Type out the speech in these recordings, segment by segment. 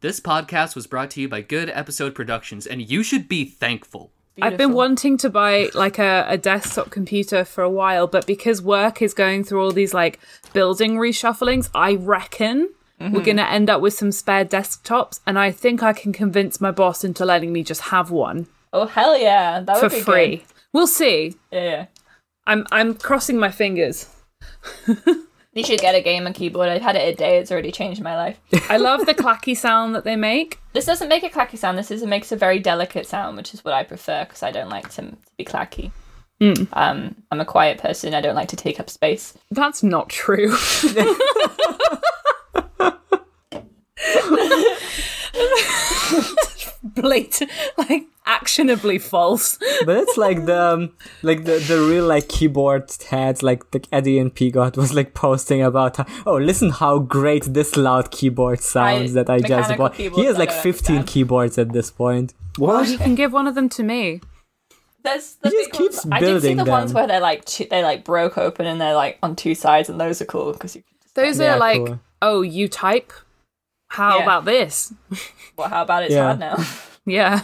This podcast was brought to you by Good Episode Productions, and you should be thankful. I've been wanting to buy like a, a desktop computer for a while, but because work is going through all these like building reshufflings, I reckon Mm-hmm. we're going to end up with some spare desktops. And I think I can convince my boss into letting me just have one Oh hell yeah, that for would be free. We'll see. Good. Yeah, yeah. I'm I'm crossing my fingers. You should get a game and keyboard. I've had it a day. It's already changed my life. I love the clacky sound that they make. this doesn't make a clacky sound. This is it makes a very delicate sound, which is what I prefer because I don't like to, to be clacky. Hmm. Um, I'm a quiet person. I don't like to take up space. That's not true. Blatant, like actionably false. But it's like the um, like the, the real like keyboard heads like the Eddie and Pigot was like posting about how, oh listen how great this loud keyboard sounds that I just mechanical bought. He keyboards, has I like don't fifteen understand. keyboards at this point. What? You can give one of them to me. There's the He just big ones- keeps I did see building the ones them. where they're like two, they like broke open and they're like on two sides, and those are cool because you. Those Yeah, are like, cool. oh, you type. How Yeah. about this? Well, how about it's Yeah. hard now? Yeah.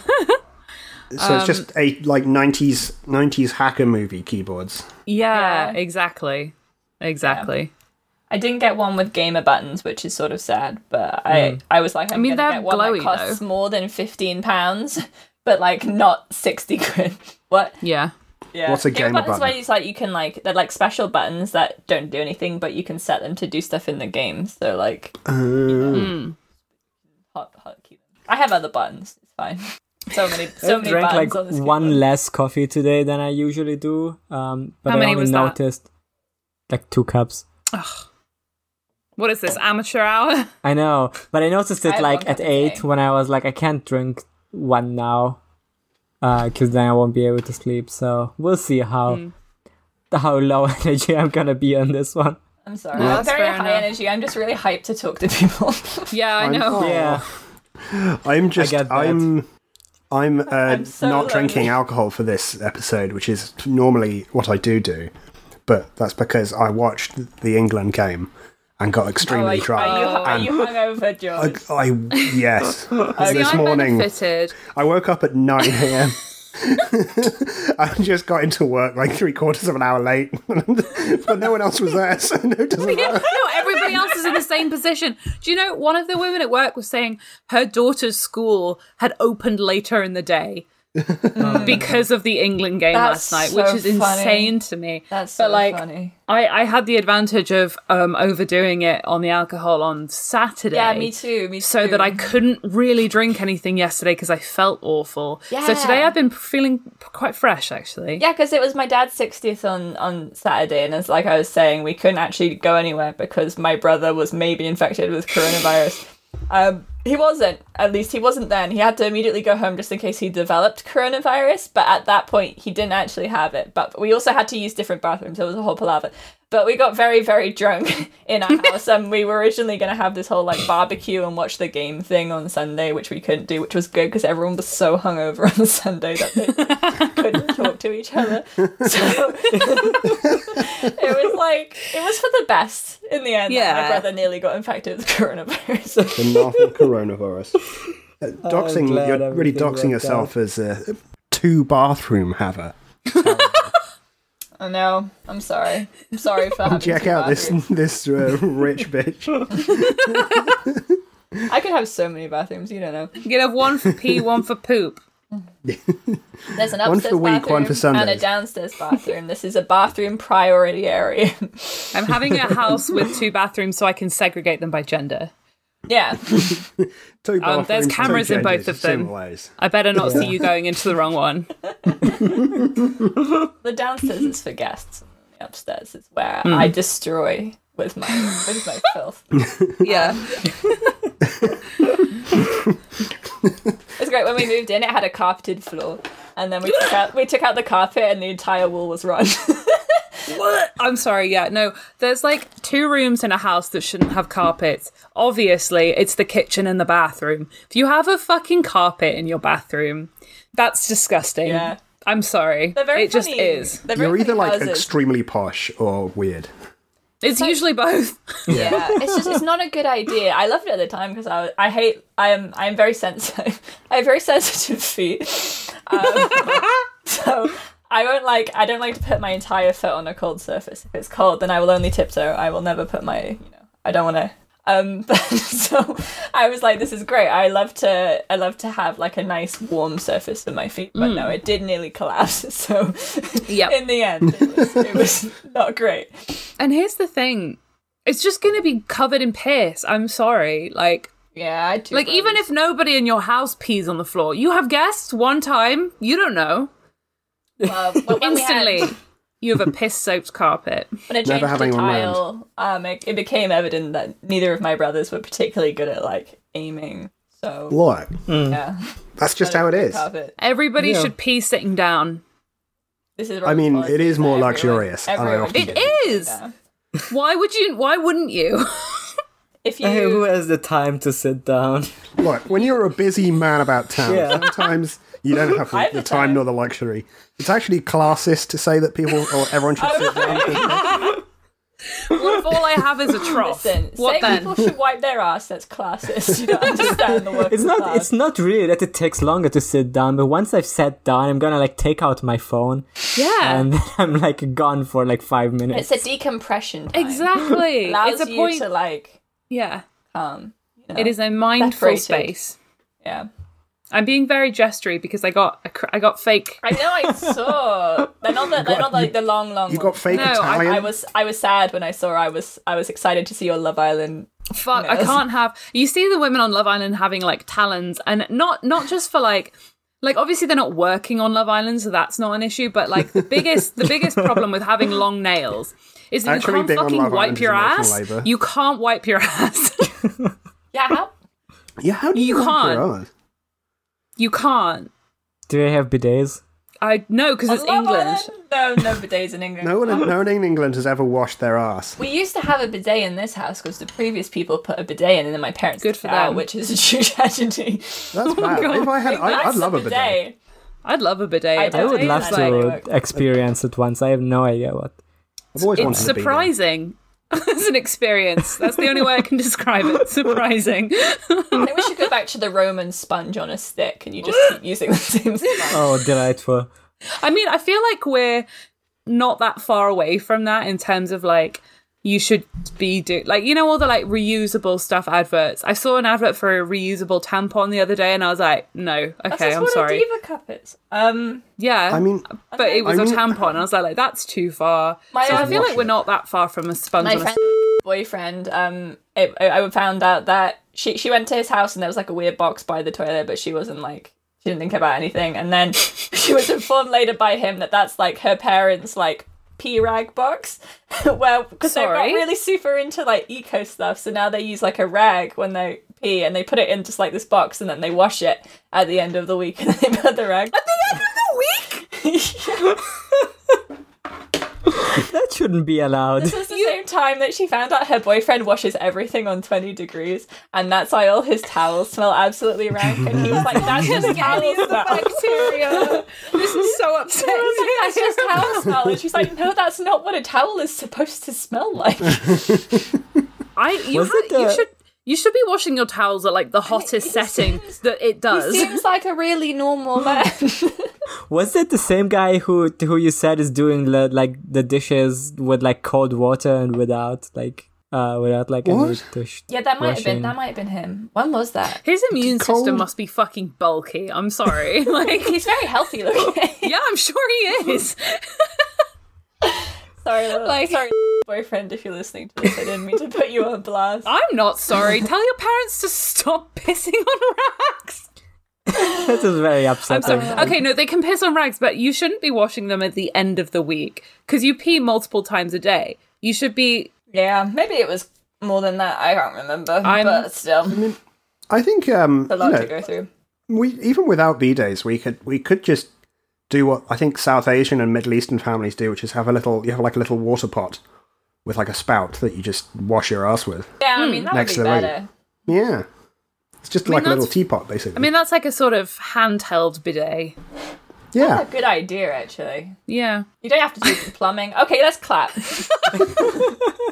So it's just Um, a like nineties nineties hacker movie keyboards. yeah, Yeah. exactly. Exactly. I didn't get one with gamer buttons, which is sort of sad. But Hmm. I, I was like, I'm mean, gonna they're get one glowy, that costs more than fifteen pounds, but like not sixty quid. What? Yeah. Yeah. What's a gamer gamer buttons? button? Where it's like you can like they're like special buttons that don't do anything, but you can set them to do stuff in the game. So like, Oh. Hmm. hot, hot key. I have other buttons. It's fine. So many, so I many drank buttons like on this one keyboard. less coffee today than I usually do. Um, but How I many only was that? noticed like two cups. What is this, amateur hour? I know, but I noticed I it had like one at cup a eight day. when I was like, I can't drink one now, because then I won't be able to sleep. So we'll see how how low energy I'm gonna be on this one. I'm sorry. Yeah. I'm That's very fair high enough. energy. I'm just really hyped to talk to people. Yeah, I I'm- know. Yeah, I'm just get that. I'm I'm, uh, so not lonely. drinking alcohol for this episode, which is normally what I do do, but that's because I watched the England game and got extremely dry. Oh, are you, are and you hungover, George? I, I yes, this I morning benefited. I woke up at 9 a.m. I just got into work like three quarters of an hour late, but no one else was there, so no, it doesn't Yeah, matter. no, everybody else is in the same position. Do you know one of the women at work was saying her daughter's school had opened later in the day because of the England game That's last night, so which is funny. insane to me. That's but so like funny. I, I had the advantage of um, overdoing it on the alcohol on Saturday. Yeah, me too. Me too. So that I couldn't really drink anything yesterday because I felt awful. So today Yeah. I've been feeling quite fresh actually. Yeah, because it was my dad's 60th on, on Saturday, and it's like I was saying, we couldn't actually go anywhere because my brother was maybe infected with coronavirus. Um, he wasn't, at least he wasn't then. He had to immediately go home just in case he developed coronavirus, but at that point, he didn't actually have it. But we also had to use different bathrooms, it was a whole palaver. But we got very, very drunk in our house, and we were originally going to have this whole like barbecue and watch the game thing on Sunday, which we couldn't do, which was good because everyone was so hungover on Sunday that they couldn't talk to each other. So it was like it was for the best in the end. Yeah, Yeah. my brother nearly got infected with coronavirus. The novel coronavirus. Uh, doxing, glad you're really everything doxing worked yourself as a two bathroom haver. I know. I'm sorry. I'm sorry for having Check to out this bathroom. this uh, rich bitch. I could have so many bathrooms. You don't know. You can have one for pee, one for poop. There's an upstairs One for the week, bathroom one and for a Sundays. downstairs bathroom. This is a bathroom priority area. I'm having a house with two bathrooms so I can segregate them by gender. yeah. Two Um, there's bathrooms, two cameras in both genders, of two them. ways. I better not see you going into the wrong one. The downstairs Mm-hmm. is for guests. and The upstairs is where Mm. I destroy with my with my filth. Yeah. It's great when we moved in. It had a carpeted floor, and then we took out we took out the carpet, and the entire wall was rotten. I'm sorry, yeah. No, there's like two rooms in a house that shouldn't have carpets. Obviously, it's the kitchen and the bathroom. If you have a fucking carpet in your bathroom, that's disgusting. Yeah. I'm sorry. They're very it just funny. is. They're very You're either funny like houses. extremely posh or weird. It's usually both. Yeah, it's just it's not a good idea. I loved it at the time because I was- I hate I am I am very sensitive. I have very sensitive feet, um, so I won't like I don't like to put my entire foot on a cold surface. If it's cold, then I will only tiptoe. I will never put my you know I don't want to. Um, but so I was like, this is great. I love to I love to have like a nice warm surface for my feet, but no, it did nearly collapse. So Mm. Yep. in the end, it was, it was not great. And here's the thing. It's just going to be covered in piss. I'm sorry. Like Yeah, I do like even if nobody in your house pees on the floor, you have guests one time, you don't know. Uh, but when we had- Instantly you have a piss soaked carpet. When I Never changed the having one round. tile, um, it, it became evident that neither of my brothers were particularly good at like aiming. So Look, yeah, that's just how it is. carpet. Everybody Yeah. should pee sitting down. This is. I mean, wrong it is policy more for everyone. luxurious, and I Everyone often should do. It do is! that. Why would you why wouldn't you? If Hey, who you, has the time to sit down? Look, when you're a busy man about town, Yeah. sometimes you don't have I the, have the the time time. nor the luxury. It's actually classist to say that people or everyone should sit down. what if all I have is a trough? listen, what saying then? people should wipe their ass. That's classist. You don't understand the work. It's of not. class. It's not really that it takes longer to sit down, but once I've sat down, I'm gonna like take out my phone yeah. and I'm like gone for like five minutes. It's a decompression. Time. exactly. Allows it's a you point. to like. yeah. Um. you know, It is a mindful Separated. space. Yeah. I'm being very gestury because I got a cr- I got fake. I know. I saw. They're not. The, they're not like the long, long. You got ones. fake No, I- Italian. I was I was sad when I saw I was I was excited to see your Love Island. Fuck, I Yes. can't have. You see the women on Love Island having like talons, and not not just for like. Like obviously they're not working on Love Island, so that's not an issue. But like the biggest, the biggest problem with having long nails is that Actually, you can't being on fucking Love Island wipe is your emotional ass. labour. You can't wipe your ass. Yeah, how? yeah, how do you, You wipe your can't. ass? you can't. Do they have bidets? I no, because it's Love England. Island? No, no bidets in England. No one, no one in England has ever washed their ass. We used to have a bidet in this house because the previous people put a bidet in, and then my parents Good took for it out, them. which is a true tragedy. That's bad. God. If I had, I, I'd That's love a bidet. I'd love a bidet. I A don't I bidet would Yeah, is love like- like- to experience it once. I have no idea what. I've always It's wanted to be there. surprising. it's an experience. That's the only way I can describe it. Surprising. I think we should go back to the Roman sponge on a stick, and you just keep using the same sponge. Oh, delightful. I mean, I feel like we're not that far away from that in terms of like you should be do like you know all the like reusable stuff adverts. I saw an advert for a reusable tampon the other day, and I was like, no, That's okay, just I'm what sorry. a diva cup is. Um, yeah, I mean, but it was I mean- a tampon. and I was like, that's too far. My- so I feel Wash like we're it. not that far from a sponge. my On a friend's boyfriend um it, I, I found out that she she went to his house and there was like a weird box by the toilet but she wasn't like she didn't think about anything and then she was informed later by him that that's like her parents like pee rag box well because they got Sorry? really super into like eco stuff so now they use like a rag when they pee and they put it in just like this box and then they wash it at the end of the week and they put the rag at the end of the week That shouldn't be allowed. This is the same time that she found out her boyfriend washes everything on 20 degrees, and that's why all his towels smell absolutely rank. And he was like, that's just towel smell. bacteria. this is so That's upsetting. just towel smell. And she's like, no, that's not what a towel is supposed to smell like. I you, Was ha- it you the- should you should be washing your towels at like the hottest setting that it does. Seems like a really normal man. Was that the same guy who who you said is doing the, like the dishes with like cold water and without like uh without like any What? dish? yeah, that might have been washing? that might have been him. When was that? His immune Cold. system must be fucking bulky. I'm sorry. Like He's very healthy looking. yeah, I'm sure he is. sorry, like Like- sorry, boyfriend, if you're listening to this, I didn't mean to put you on blast. I'm not sorry. Tell your parents to stop pissing on rags. Uh, That is very upsetting. Okay, no, they can piss on rags, but you shouldn't be washing them at the end of the week because you pee multiple times a day. You should be. Yeah, maybe it was more than that. I can't remember, I'm- but still, I think um, a you lot to know, go through. we even without b days, we could we could just do what I think South Asian and Middle Eastern families do, which is have a little you have like a little water pot with like a spout that you just wash your ass with. Yeah, I mean that Hmm, Next would be to the better. Yeah, it's just mean, like a little that's- teapot basically. I mean, that's like a sort of handheld bidet. Yeah. That's a good idea, actually. Yeah. You don't have to do the plumbing. Okay, let's clap.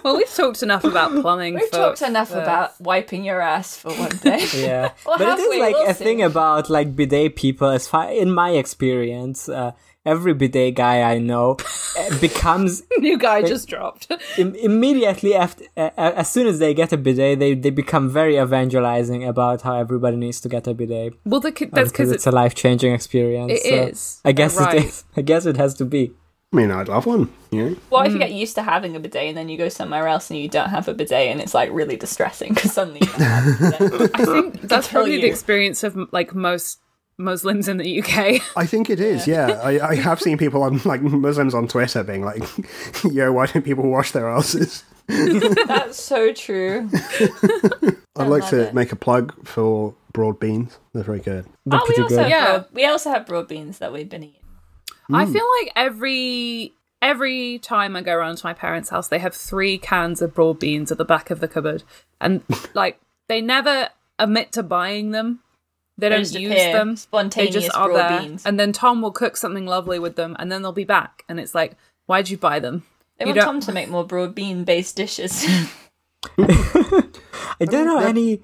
Well, we've talked enough about plumbing. Uh, We've for- talked enough for- about wiping your ass for one day. Yeah, Or but it is halfway, like we'll a thing see. about like bidet people. As far in my experience, uh, every bidet guy I know uh, becomes new guy just dropped. Im- immediately after, uh, as soon as they get a bidet, they they become very evangelizing about how everybody needs to get a bidet well, the, Oh, c- that's because because it's a life changing experience. It It is. is, I guess right. it is. I guess it has to be. I mean, I'd love one. You know? What if you get used to having a bidet and then you go somewhere else and you don't have a bidet and it's like really distressing because suddenly you don't have a bidet? I think that's tell probably the you. experience of like most Muslims in the UK. I think it is. Yeah, I, I have seen people on like Muslims on Twitter being like, "Yo, why don't people wash their asses?" That's so true. I'd like love to it. make a plug for broad beans. They're very good. They're oh, we pretty also, good. have Yeah. broad, we also have broad beans that we've been eating. I Hmm. feel like every every time I go around to my parents' house, they have three cans of broad beans at the back of the cupboard, and like they never admit to buying them. They don't just use appear, them. They spontaneous just are broad there, beans. and then Tom will cook something lovely with them, and then they'll be back, and it's like, why'd you buy them? They You want don't- Tom to make more broad bean based dishes. Uh, I don't know any.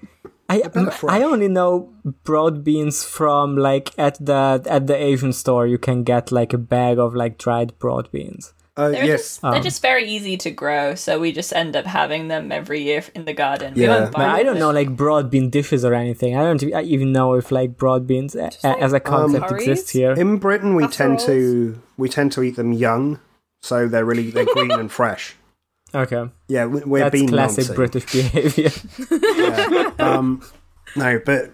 I, fresh. I only know broad beans from like at the at the Asian store you can get like a bag of like dried broad beans. Uh, They're yes, just, they're just very easy to grow, so we just end up having them every year in the garden. Yeah. we won't buy But I them. don't know like broad bean dishes or anything. I don't e- I even know if like broad beans a, a- as a concept curries? exists here. in Britain we tend to we tend to eat them young, so they're really they're green and fresh. Okay. Yeah, we- we're That's bean classic Nazi. British behavior. um, no, but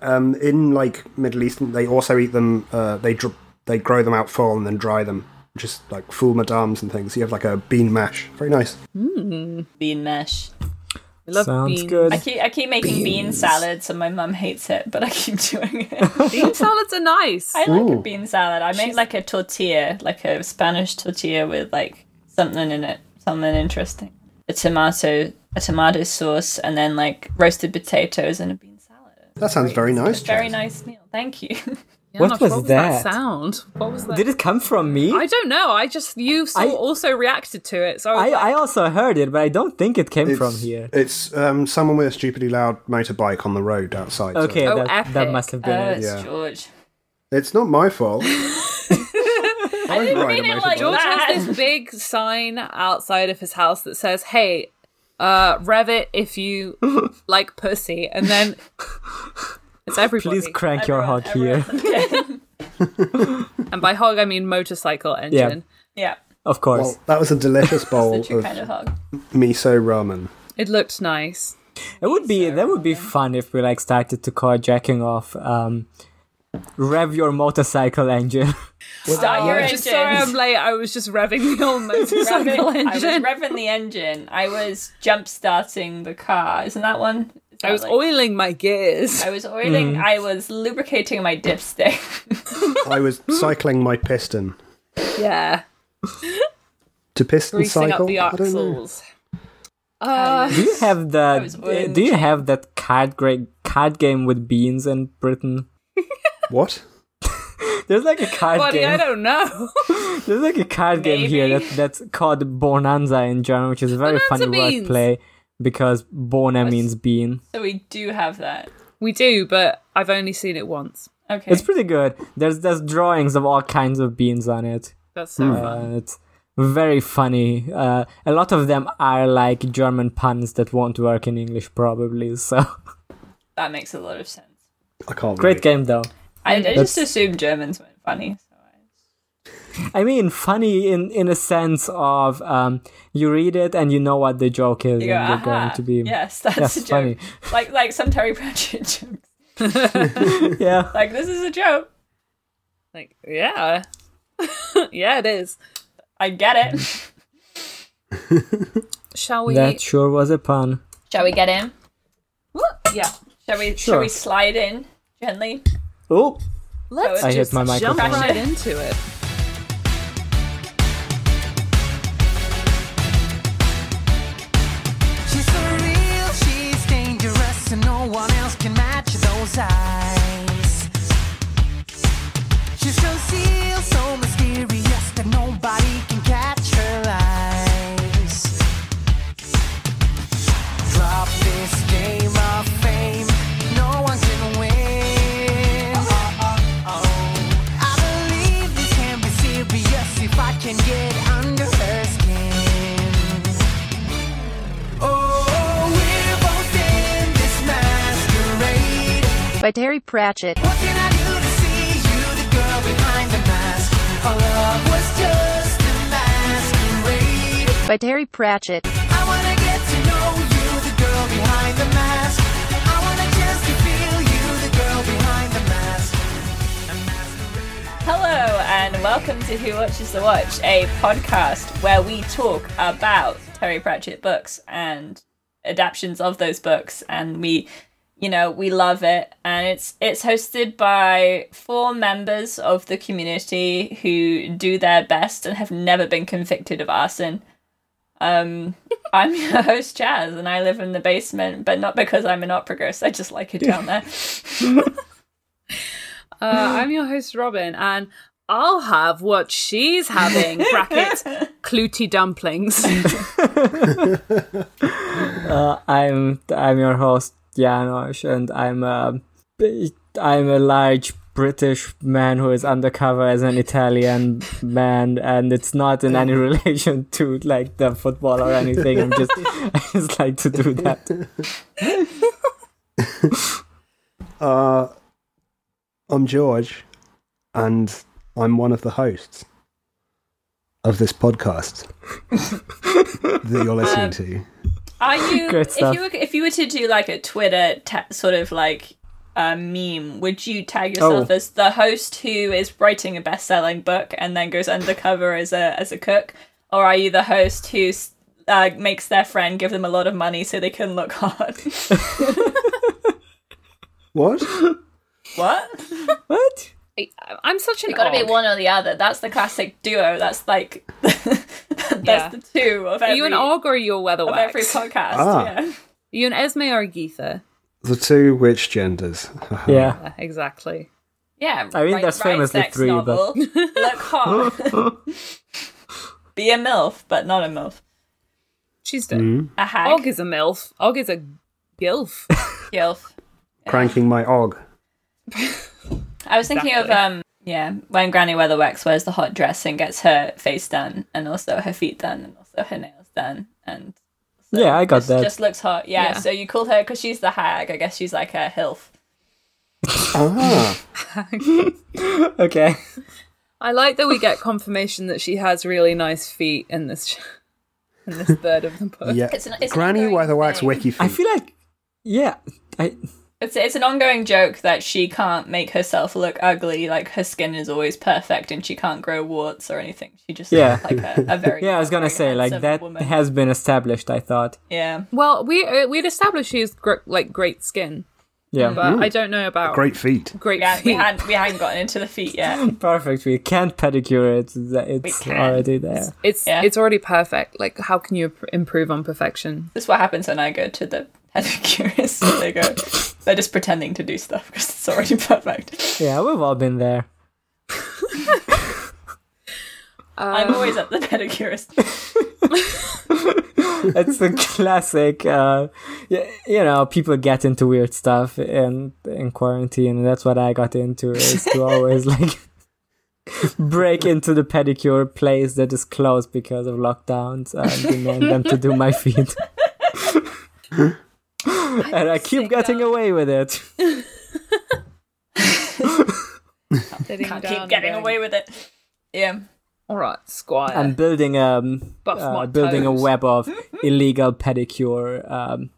um, in like Middle East, they also eat them. Uh, they dr- they grow them out full and then dry them, just like fool madams and things. You have like a bean mash, very nice. bean mesh. We love Sounds beans. good. I keep I keep making bean salad, so my mum hates it, but I keep doing it. Bean salads are nice. I like a bean salad. I make like a tortilla, like a Spanish tortilla with like something in it, something interesting. A tomato, a tomato sauce, and then like roasted potatoes and a bean salad. That sounds very nice. Very Jess. nice meal. Thank you. Yeah, What not- was that? that? sound? What was that? Did it come from me? I I, don't know. I just you so I- also reacted to it, so I, was I, like, also heard it, but I don't think it came from It's- here. It's um, someone with a stupidly loud motorbike on the road outside. so- Okay, Oh, that, that epic. must have been Oh, it. it's Yeah. George. it's not my fault. I didn't ride a mean it like motorbike. George has that. this big sign outside of his house that says, "Hey, uh, rev it if you like pussy," and then it's everybody. Please crank your Everyone- hog here. and by hog, I mean motorcycle engine. Yeah, Of course. Well, that was a delicious bowl the of true kind of hog. miso ramen. It looked nice. it would be that would be fun if we like started to call jacking off um rev your motorcycle engine. Start your I'm just sorry I'm engine. late. I was just revving the old motorcycle Revving- I was engine. revving the engine. I was jump starting the car. Isn't that one? Is that I was like- oiling my gears. I was oiling. Mm. I was lubricating my dipstick. I was cycling my piston. Yeah, To piston greasing cycle? up the I don't know. axles. Uh, Do you have the was uh, do you have that card gra- card game with beans in Britain? What? There's like a card buddy, I game. don't know. There's like a card game here Maybe. that that's called Bonanza in German, which is a very Bonanza funny beans. wordplay because bona means bean. so we do have that. we do, but I've only seen it once. Okay. It's pretty good. There's there's drawings of all kinds of beans on it. That's Hmm. so fun. Uh, it's very funny. Uh, a lot of them are like German puns that won't work in English, probably. So that makes a lot of sense. I can't great remember. game though. I, I just assumed Germans weren't funny. So I, I mean, funny in in a sense of um, you read it and you know what the joke is, you go, and you're aha. going to be yes, that's, that's a joke. funny. Like like some Terry Pratchett jokes. yeah. Like this is a joke. Like, yeah. yeah, it is. I get it. Mm. Shall we? That sure was a pun. Shall we get in? What? Yeah. Shall we? Shall Sure. we slide in gently? Oh, Let's I hit just my jump microphone. right into it. She's so real, she's dangerous, and no one else can match those eyes. She's so serious. Oh, by Terry Pratchett. What can I do to see you, the girl behind the mask? Our love was just a masquerade. By Terry Pratchett. I wanna get to know you, the girl behind the mask. I wanna just to feel you, the girl behind the mask. A masquerade. Hello, and welcome to Who Watches the Watch, a podcast where we talk about Terry Pratchett books and adaptions of those books, and we, you know, we love it. And it's it's hosted by four members of the community who do their best and have never been convicted of arson. Um, I'm your host, Jazz, and I live in the basement, but not because I'm an operagus. I just like it down there. Uh, I'm your host, Robin, and I'll have what she's having. Brackets, Cluty dumplings. I'm I'm your host Janosch, and I'm a I'm a large British man who is undercover as an Italian man, and it's not in any relation to like the football or anything. I'm just I just like to do that. Uh, I'm George, and I'm one of the hosts of this podcast that you're listening Um, to. Are you Great if stuff. you were if you were to do like a Twitter ta- sort of like a meme, would you tag yourself Oh. as the host who is writing a best-selling book and then goes undercover as a as a cook, or are you the host who s- uh, makes their friend give them a lot of money so they can look hard? What? what? What? I- I'm such an. Got to be og. one or the other. That's the classic duo. That's like that's Yeah. the two of Are every you an og or are you a of every weatherwax? Are podcast. Ah. Yeah. you an Esme or a Geetha? The two witch genders. Yeah. Yeah, exactly. Yeah, I mean, write- there's write famously sex three, but- novel, look hot. Be a milf, but not a milf. She's dead. A hag. Og is a milf. Og is a gilf. Gilf. Cranking my og. I was thinking of Exactly. um, yeah, when Granny Weatherwax wears the hot dress and gets her face done, and also her feet done, and also her nails done, and Yeah, I got just, that. just looks hot. Yeah, Yeah. So you call her because she's the hag. I guess she's like a hilf. Ah, Okay. I like that we get confirmation that she has really nice feet in this sh- in this third of the book. yeah. It's an- it's an Granny ongoing Weatherwax thing. wiki I feet. feel like yeah. I It's it's an ongoing joke that she can't make herself look ugly. Like her skin is always perfect, and she can't grow warts or anything. She just Yeah. looks like a, a very yeah, I was gonna very say like handsome that woman. has been established. I thought. yeah. Well, we uh, we'd established she has gr- like great skin, Yeah. but I don't know about Great feet. great Yeah, feet. we hadn't we hadn't gotten into the feet yet. Perfect. We can't pedicure it. It's can. already there. It's Yeah. it's already perfect. Like, how can you imp- improve on perfection? This is what happens when I go to the pedicurist. they go, they're just pretending to do stuff because it's already perfect. Yeah, we've all been there. Uh, I'm always at the pedicurist. It's the classic. Uh, y- you know, people get into weird stuff in in quarantine, and that's what I got into. Is to always like break into the pedicure place that is closed because of lockdowns and demand them to do my feet. and I keep getting away with it. Can't keep getting away with it. Yeah. All right, Squire. I'm building um uh, Buff my uh, building a toes. web of illegal pedicure um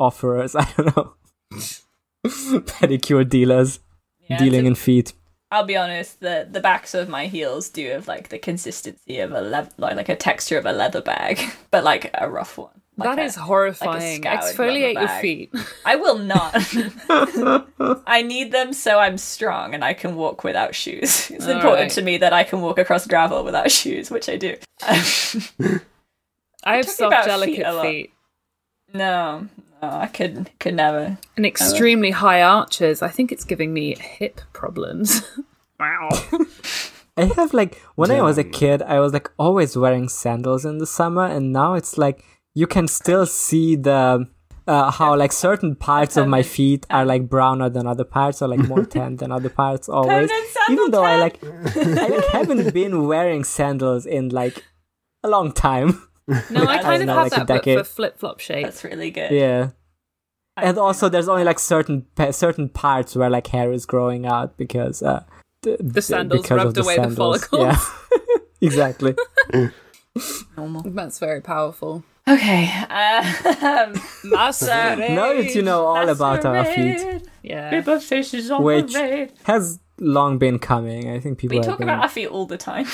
offerers. I don't know. pedicure dealers yeah dealing so in feet. I'll be honest. The the backs of my heels do have like the consistency of a leather, like, like a texture of a leather bag, but like a rough one. Like That a- is horrifying. scoured rubber Exfoliate your bag. feet. I will not. I need them so I'm strong and I can walk without shoes. It's All important right. to me that I can walk across gravel without shoes, which I do. I have talking soft, about feet delicate a lot. feet, No, no, I could could never. and extremely high arches. I think it's giving me hip problems. wow. I have like when I was a kid, I was like always wearing sandals in the summer, and now it's like you can still see the uh, how like certain parts of my feet are like browner than other parts, or like more tan than other parts. Always, Permanent sandal even though I tan. like I like, haven't been wearing sandals in like a long time. No, I I kind of know, have like a that, but for decade. flip flop shape. That's really good. Yeah. and also there's only like certain pa- certain parts where like hair is growing out because uh, th- th- sandals rubbed away the follicles. Yeah, exactly. That's very powerful. Okay. Um, Masquerade. now that you know all about our feet, masquerade. Yeah. which has long been coming, I think people We have talk been- about our feet all the time.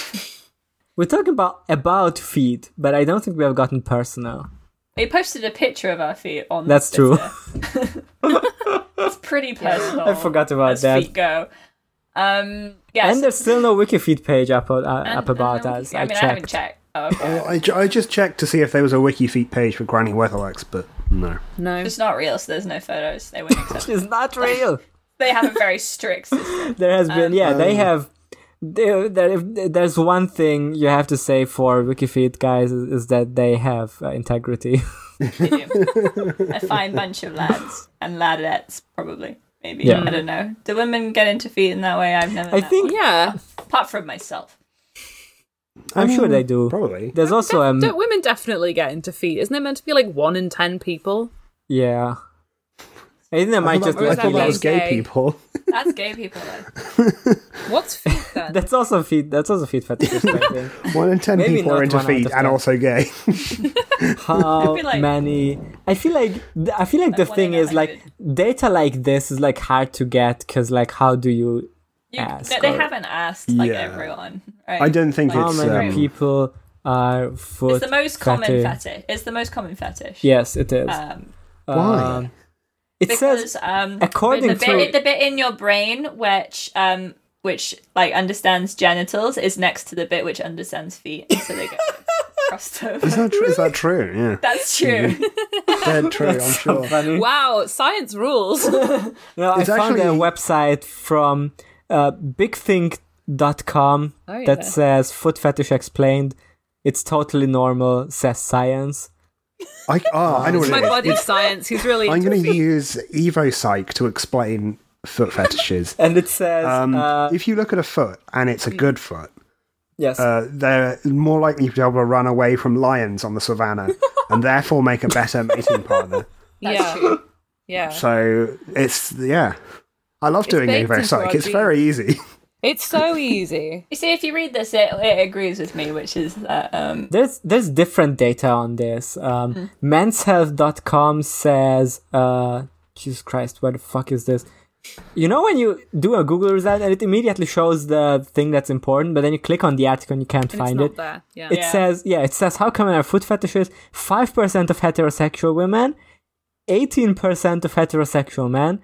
we're talking about about feet, but I don't think we have gotten personal. We posted a picture of our feet on. That's true. Twitter. it's pretty personal. I forgot about as that. feet go. Um, yes. And there's still no wiki feed page up, uh, up And- about and- us. I, I, mean, checked. I haven't checked. Oh, okay. Well, I, ju- I just checked to see if there was a wiki feet page for Granny Weatherwax, but no. No. It's not real, so there's no photos. They wouldn't accept. It's not real. they have a very strict. System. there has been yeah Um, they have there, there, if there's one thing you have to say for wikifeed guys is, is that they have uh, integrity They do. a fine bunch of lads and ladettes, probably. Maybe Yeah. I don't know. Do women get into feet in that way? I've never. i known. think Yeah. apart from myself. i'm sure they do Probably. there's also um Don't women definitely get into feet? Isn't it meant to be like one in ten people? yeah i think they might I just thought, that- I let thought that was you gay gay? people. That's gay people. Though. What's feet then? that's also feed that's also feed fetish I think. One in ten Maybe people not are into one out feet of and ten. also gay. how feel like- many i feel like th- i feel like the one thing in a is like data like this is like hard to get because like how do you You, Ask they, they or- haven't asked like Yeah. everyone. Right? I don't think how it's. many um, Oh, people are foot It's the most common fetish? fetish. It's the most common fetish. yes it is Uh, Um, Why? Um, it because says um, according the bit, to- the bit in your brain which um which like understands genitals is next to the bit which understands feet, and so they get crossed Is over. that, tr- is that true? Yeah. That's true. Dead true, I'm sure. funny. Wow, science rules. No, I It's found a actually- website from uh, bigthink.com Oh, yeah. that says foot fetish explained. It's totally normal, says science. I, oh, I know what My it is. body's science. He's really. I'm into going to feet. use EvoPsych to explain foot fetishes. And it says, Um, uh, if you look at a foot and it's a good foot, yes, uh, they're more likely to be able to run away from lions on the savannah and therefore make a better mating partner. Yeah. Yeah. So it's yeah, I love doing baked Evo into our Psych. It's genes. very easy. It's so easy. you see, if you read this, it, it agrees with me, which is that um, there's there's different data on this. Um, Hmm. Menshealth.com says, uh, Jesus Christ, where the fuck is this? You know when you do a Google result and it immediately shows the thing that's important, but then you click on the article and you can't And it's find not it. there. Yeah. It Yeah. says, yeah, it says how common are foot fetishes? Five percent of heterosexual women, eighteen percent of heterosexual men,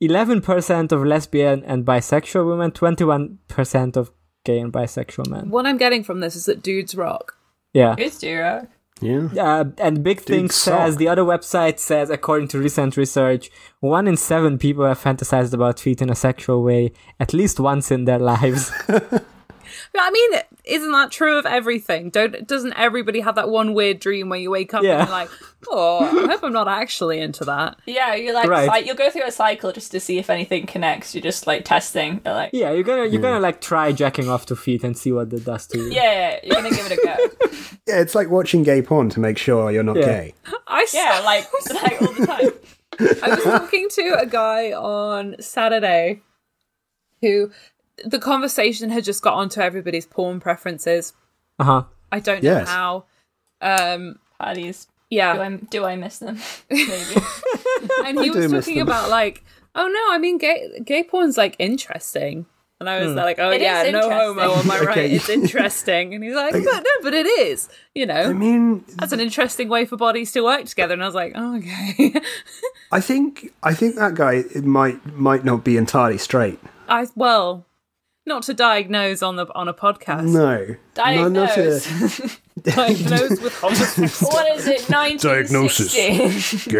eleven percent of lesbian and bisexual women, twenty-one percent of gay and bisexual men. what I'm getting from this is that dudes rock. Yeah. it's zero. Yeah, Uh, and Big Thing says suck. the other website says, according to recent research, one in seven people have fantasized about feet in a sexual way at least once in their lives. But I mean, isn't that true of everything? Don't doesn't everybody have that one weird dream where you wake up Yeah. and you're like, oh, I hope I'm not actually into that. Yeah, you like Right. cy- you'll go through a cycle just to see if anything connects. You're just like testing. You're like, yeah, yeah, you're gonna you're gonna like try jacking off to feet and see what that does to you. yeah, yeah, you're gonna give it a go. yeah, it's like watching gay porn to make sure you're not Yeah. gay. I s- yeah, like like all the time. I was talking to a guy on Saturday who the conversation had just got onto everybody's porn preferences. Uh huh. I don't know Yes. how. Um, Parties. Do I yeah, do I miss them? Ah. Maybe. and he do was miss talking them. about like, oh no, I mean, gay gay porn's like interesting. And I was like, oh It is yeah, no interesting. homo, am I right? Hmm. Okay. It's interesting. And he's like, but no, but it is, you know. I mean, that's an interesting way for bodies to work together. And I was like, oh, okay. I think I think that guy might might not be entirely straight. I well, not to diagnose on the on a podcast. No, no, not a- Diagnose. Diagnose with homosexuality. what is it? 1960.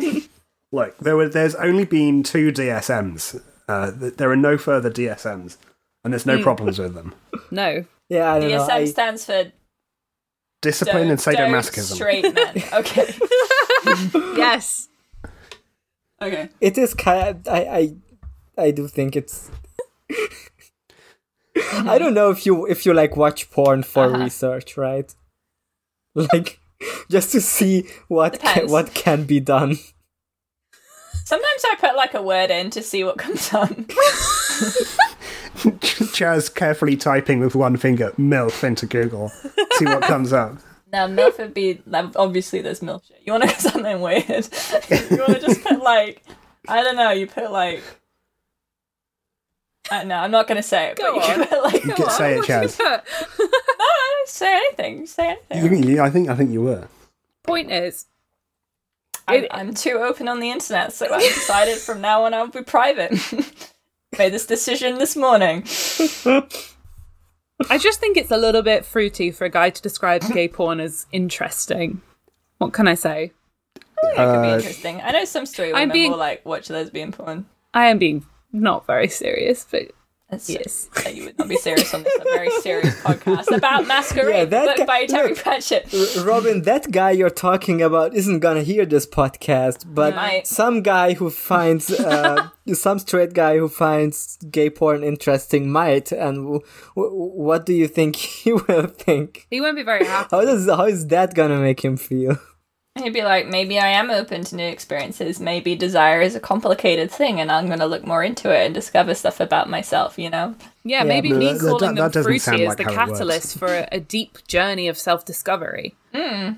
gay. Look, there were, there's only been two DSMs. Uh, th- there are no further DSMs, and there's no Mm. problems with them. no. Yeah, I don't know. DSM I- stands for Discipline don't, and don't sadomasochism. straight men. Okay. Yes. okay. it is kind. Of, I, I, I do think it's. Uh-huh. I don't know if you if you like watch porn for research, right? Like, just to see what ca- Depends. what can be done. Sometimes I put like a word in to see what comes on. Chaz carefully typing with one finger MILF into Google. See what comes up. now milf would be like, obviously there's milf shit. You want to do something weird? you want to just put like I don't know. You put like I don't know. I'm not gonna say it. Go but you on. put like no, Get- say it, What did you Chaz. put? I don't say anything. Say You, anything. you- I think I think you were. Point is, I'm, I'm too open on the internet, so I've decided from now on I'll be private. Made this decision this morning. I just think it's a little bit fruity for a guy to describe gay porn as interesting. What can I say? It could be Uh, interesting. I know some straight I'm women being- will like watch lesbian porn. I am being not very serious, but That's Yes. that you would not be serious on this a very serious podcast about Yeah, masquerade that book ca- by Terry look. Pratchett. Robin, that guy you're talking about isn't gonna hear this podcast, but Might. some guy who finds uh, some straight guy who finds gay porn interesting might. And w- w- what do you think he will think? he won't be very happy. How does how is that gonna make him feel? He'd be like, maybe I am open to new experiences. Maybe desire is a complicated thing, and I'm going to look more into it and discover stuff about myself. You know, Yeah, maybe no, me that- that- calling that them doesn't fruity sound is like the how it works. catalyst for a, a deep journey of self-discovery. Uh,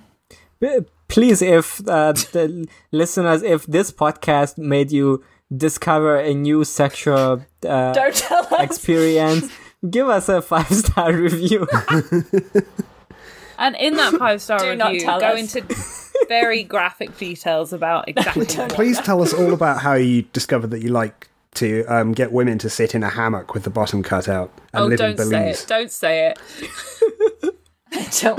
Please, if uh, the listeners, if this podcast made you discover a new sexual uh, don't tell us. experience, give us a five star review. And in that five-star Do not review, tell go us. into very graphic details about exactly what Please tell us all about how you discovered that you like to um, get women to sit in a hammock with the bottom cut out and Oh, live don't in say Belize. it. Don't say it. don't,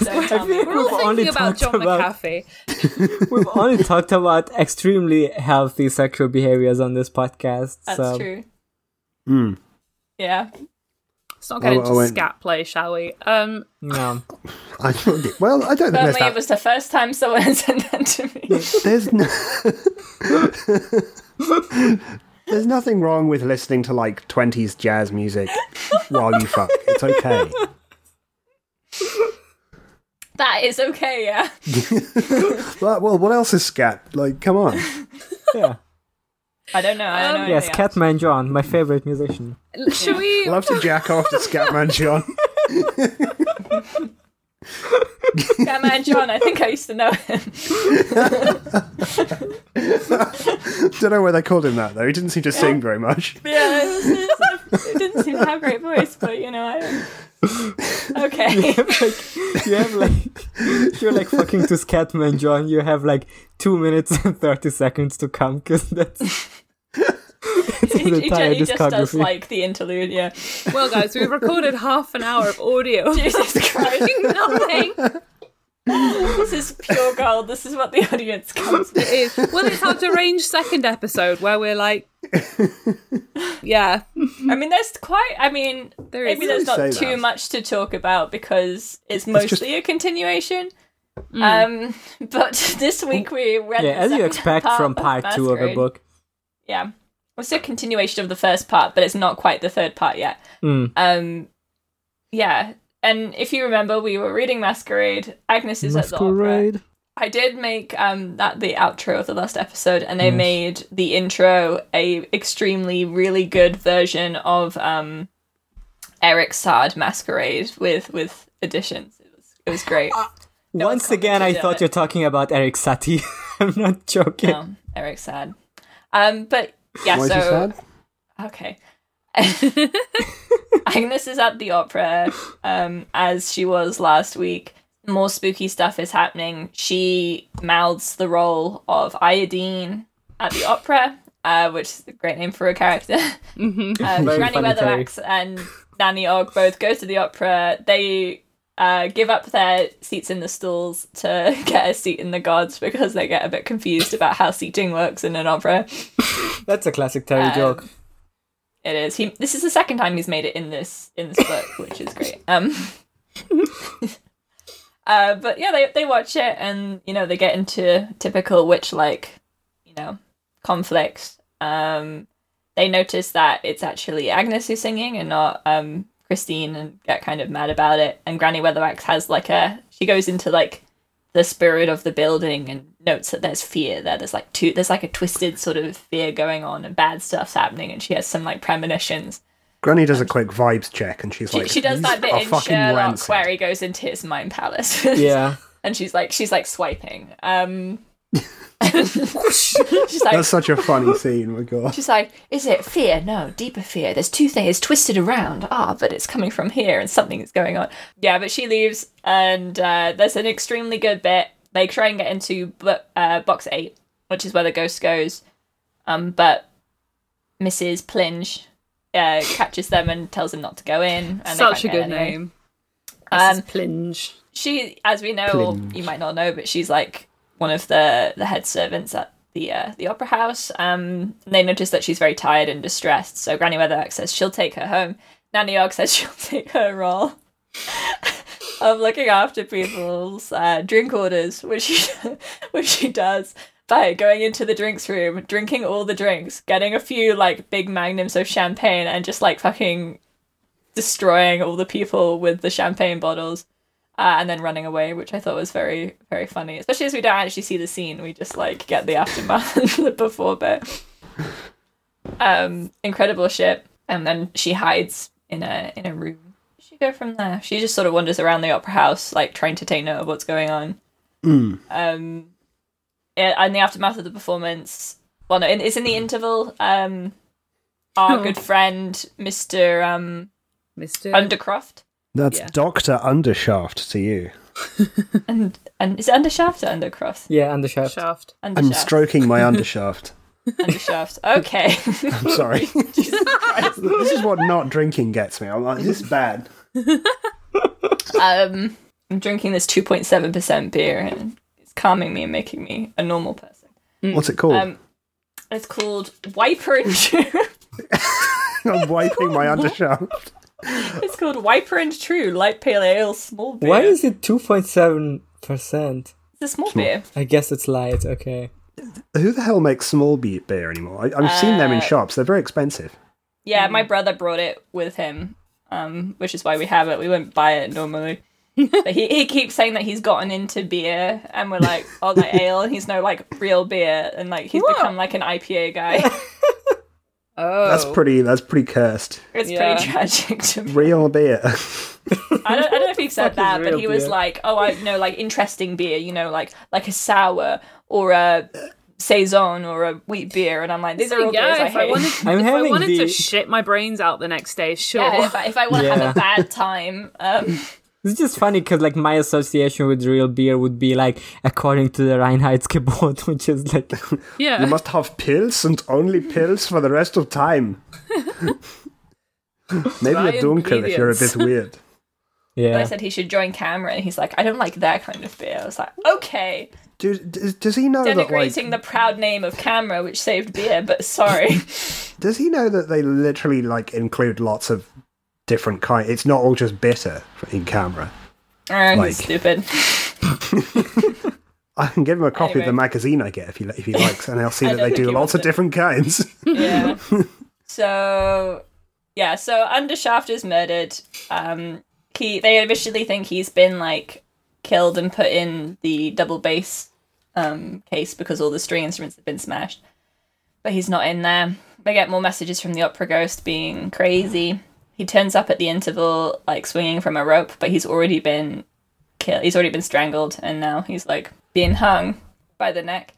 don't tell me. We're all We've only thinking about talked John about- McAfee. We've only talked about extremely healthy sexual behaviors on this podcast. That's so true. Hmm. Yeah. Let's not I- get I into won't- scat play, shall we? Um, No. I thought it- well, I don't think Certainly, there's it that. was the first time someone had said that to me. There's no. There's nothing wrong with listening to like 20s jazz music while you fuck. It's okay. that is okay, yeah. Well, well, what else is scat? Like, come on. Yeah. I don't know. I don't know. Um, Yes, anything else. Catman John, my favorite musician. should we? Love to jack off to Scatman John. Yeah, man, John. I think I used to know him. Don't know why they called him that though. He didn't seem to sing very much. Yeah, it, was- it didn't seem to have a great voice, but you know, I. Okay. You have like you're like fucking to Scatman John. You have like two minutes and thirty seconds to come because that's it's he, an he, ju- entire he just does discography. like the interlude, yeah. Well, guys, we've recorded half an hour of audio. Jesus Christ. Nothing. this is pure gold. This is what the audience comes to. It is. Well, it's our deranged second episode where we're like, yeah, I mean, there's quite. I mean, There maybe is- there's not Say too that. much to talk about because it's mostly just- a continuation. Um, but this week we read. Oh, yeah, the as you second expect part from part two of a Masquerade. book. yeah it's a continuation of the first part but it's not quite the third part yet Mm. um yeah and if you remember we were reading masquerade agnes is at the opera Masquerade. i did make um that the outro of the last episode and i made the intro a extremely really good version of um eric Sard masquerade with with additions it was it was great Once again, I commented on thought it. you're talking about Eric Satie. I'm not joking. no, eric Sard. um but yeah Why is so he sad? Okay. Agnes is at the opera, um, as she was last week. More spooky stuff is happening. She mouths the role of Iodine at the opera, uh, which is a great name for a character. Um, Mm-hmm. Very Granny funny Weatherwax and Nanny Ogg both go to the opera. They uh, give up their seats in the stalls to get a seat in the gods because they get a bit confused about how seating works in an opera. That's a classic Terry Um, joke. It is. He. This is the second time he's made it in this in this book, which is great. Um. uh, but yeah, they they watch it, and you know they get into typical witch like, you know, conflicts. Um, they notice that it's actually Agnes who's singing and not um Christine, and get kind of mad about it. And Granny Weatherwax has like a she goes into like the spirit of the building and notes that there's fear there. There's like two there's like a twisted sort of fear going on and bad stuff's happening and she has some like premonitions. Granny does a quick vibes check, and she's She, like, she does "These that bit are in Sherlock fucking rancid." where he goes into his mind palace. Yeah. and she's like she's like swiping. Um she's like That's such a funny scene. My God, She's like, is it fear? No, deeper fear. There's two things. It's twisted around. Ah, but it's coming from here and something is going on. Yeah, but she leaves and uh, there's an extremely good bit. They try and get into bo- uh, box eight, which is where the ghost goes. Um, but Mrs. Plinge uh, catches them and tells them not to go in. And they Such a can't go good in anyway. name. Um, Mrs. Plinge. She, as we know, or you might not know, but she's like one of the the head servants at the uh, the opera house. Um, and they notice that she's very tired and distressed. So Granny Weatherwax says she'll take her home. Nanny Og says she'll take her role of looking after people's uh, drink orders, which she which she does by going into the drinks room, drinking all the drinks, getting a few like big magnums of champagne, and just like fucking destroying all the people with the champagne bottles uh, and then running away, which I thought was very, very funny. Especially as we don't actually see the scene, we just like get the aftermath and the before bit. Um, incredible shit. And then she hides in a in a room. She go from there. She just sort of wanders around the opera house, like trying to take note of what's going on. Um, yeah, in the aftermath of the performance, well, no, in, it's in the interval. Um, our good friend, Mister um, Mr. Undercroft, that's Yeah. Doctor Undershaft to you. and and is it Undershaft or Undercroft? Yeah, and the chef. Shaft. I'm Undershaft. stroking my undershaft. Undershaft. Okay. I'm sorry. this is what not drinking gets me. I'm like, this is bad. um, I'm drinking this 2.7% beer and it's calming me and making me a normal person. What's it called? Um, It's called Wiper and True. I'm wiping my undershaft. it's called Wiper and True Light Pale Ale Small Beer. Why is it 2.7%? it's a small, beer? I guess it's light, okay. Who the hell makes small be- beer anymore? I, I've seen them in Uh, shops. They're very expensive. Yeah, my brother brought it with him, um, which is why we have it. We wouldn't buy it normally. but he, he keeps saying that he's gotten into beer and we're like, oh, like ale, and he's no like real beer, and like he's What? become like an IPA guy. Oh. That's pretty. That's pretty cursed. it's Yeah. pretty tragic to me. Real beer. I don't, I don't know if he said that, but real he was beer? like, "Oh, I know, like interesting beer, you know, like like a sour or a saison or a wheat beer." And I'm like, "These are all beers yeah, I if I hate." wanted, I'm if I having wanted to the- shit my brains out the next day, sure. yeah, if I, if I want to have Yeah. a bad time, um, It's just funny because like my association with real beer would be like according to the Reinheitsgebot, which is like you yeah. must have pills and only pills for the rest of time. Maybe Try a dunkel if you're a ingredients. bit weird. I yeah. said he should join Cameron. He's like, "I don't like that kind of beer." I was like, "Okay, Does, does, does he know that like? denigrating the proud name of Camera, which saved beer, but sorry." Does he know that they literally like include lots of different kind? It's not all just bitter in camera. Uh, Like- he's stupid. I can give him a copy of Anyway. the magazine I get if he li- if he likes, and I'll see I that don't they think do he lots wants of it. different kinds. Yeah. so yeah, so Undershaft is murdered. Um he they initially think he's been like killed and put in the double bass um case because all the string instruments have been smashed. But he's not in there. They get more messages from the opera ghost being crazy. He turns up at the interval like swinging from a rope, but he's already been killed. He's already been strangled and now he's like being hung by the neck.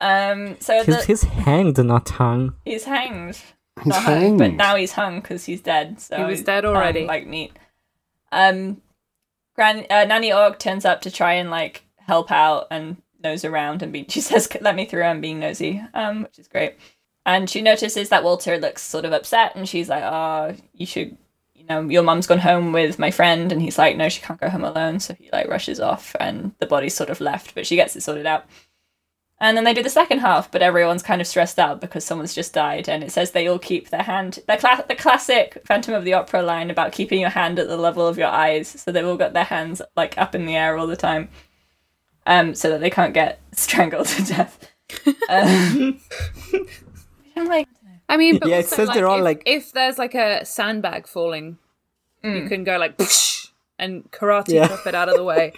Um so the- His, his hanged, not hung. He's hanged. He's Not hung, but hanged. now he's hung because he's dead. So He was he's dead hung already. Like meat. Um, Gran- uh, Nanny Org turns up to try and like help out and nose around and be. She says, "Let me through." I'm being nosy, um, which is great. And she notices that Walter looks sort of upset, and she's like, "Oh, you should." You know, your mum's gone home with my friend, and he's like, "No, she can't go home alone." So he like rushes off, and the body's sort of left, but she gets it sorted out. And then they do the second half, but everyone's kind of stressed out because someone's just died, and it says they all keep their hand. The, cla- the classic Phantom of the Opera line about keeping your hand at the level of your eyes, so they've all got their hands like up in the air all the time, um, so that they can't get strangled to death. Um, I'm like, I mean, but Yeah, it also, says like, they're all, if, like- if there's like a sandbag falling, Mm. you can go like and karate Yeah. chop it out of the way.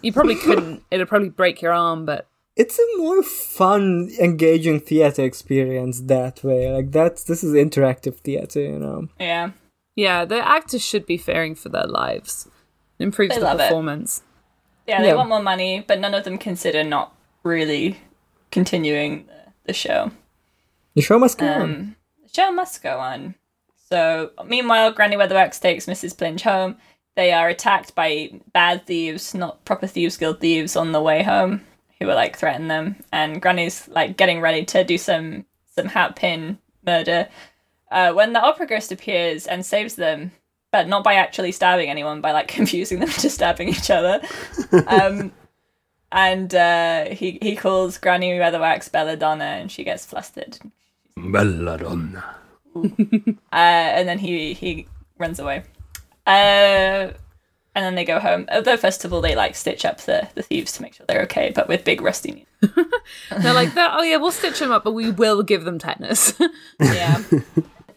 You probably couldn't. It'd probably break your arm, but It's a more fun, engaging theater experience that way. Like that's this is interactive theater, you know. Yeah. yeah, the actors should be fearing for their lives. It improves They the love it. performance. Yeah, they Yeah. want more money, but none of them consider not really continuing the, the show. The show must go on. Um, the show must go on. So, meanwhile, Granny Weatherwax takes Mrs. Plinch home. They are attacked by bad thieves, not proper Thieves Guild thieves, on the way home, who are like threaten them. And Granny's like getting ready to do some some hat pin murder. Uh, when the opera ghost appears and saves them, but not by actually stabbing anyone, by like confusing them to stabbing each other. Um, and uh, he he calls Granny Weatherwax Belladonna, and she gets flustered. Belladonna. Uh, and then he he runs away. Uh, and then they go home. Although first of all they like stitch up the, the thieves to make sure they're okay, but with big rusty needles. They're like, they're, oh yeah, we'll stitch them up, but we will give them tetanus. Yeah.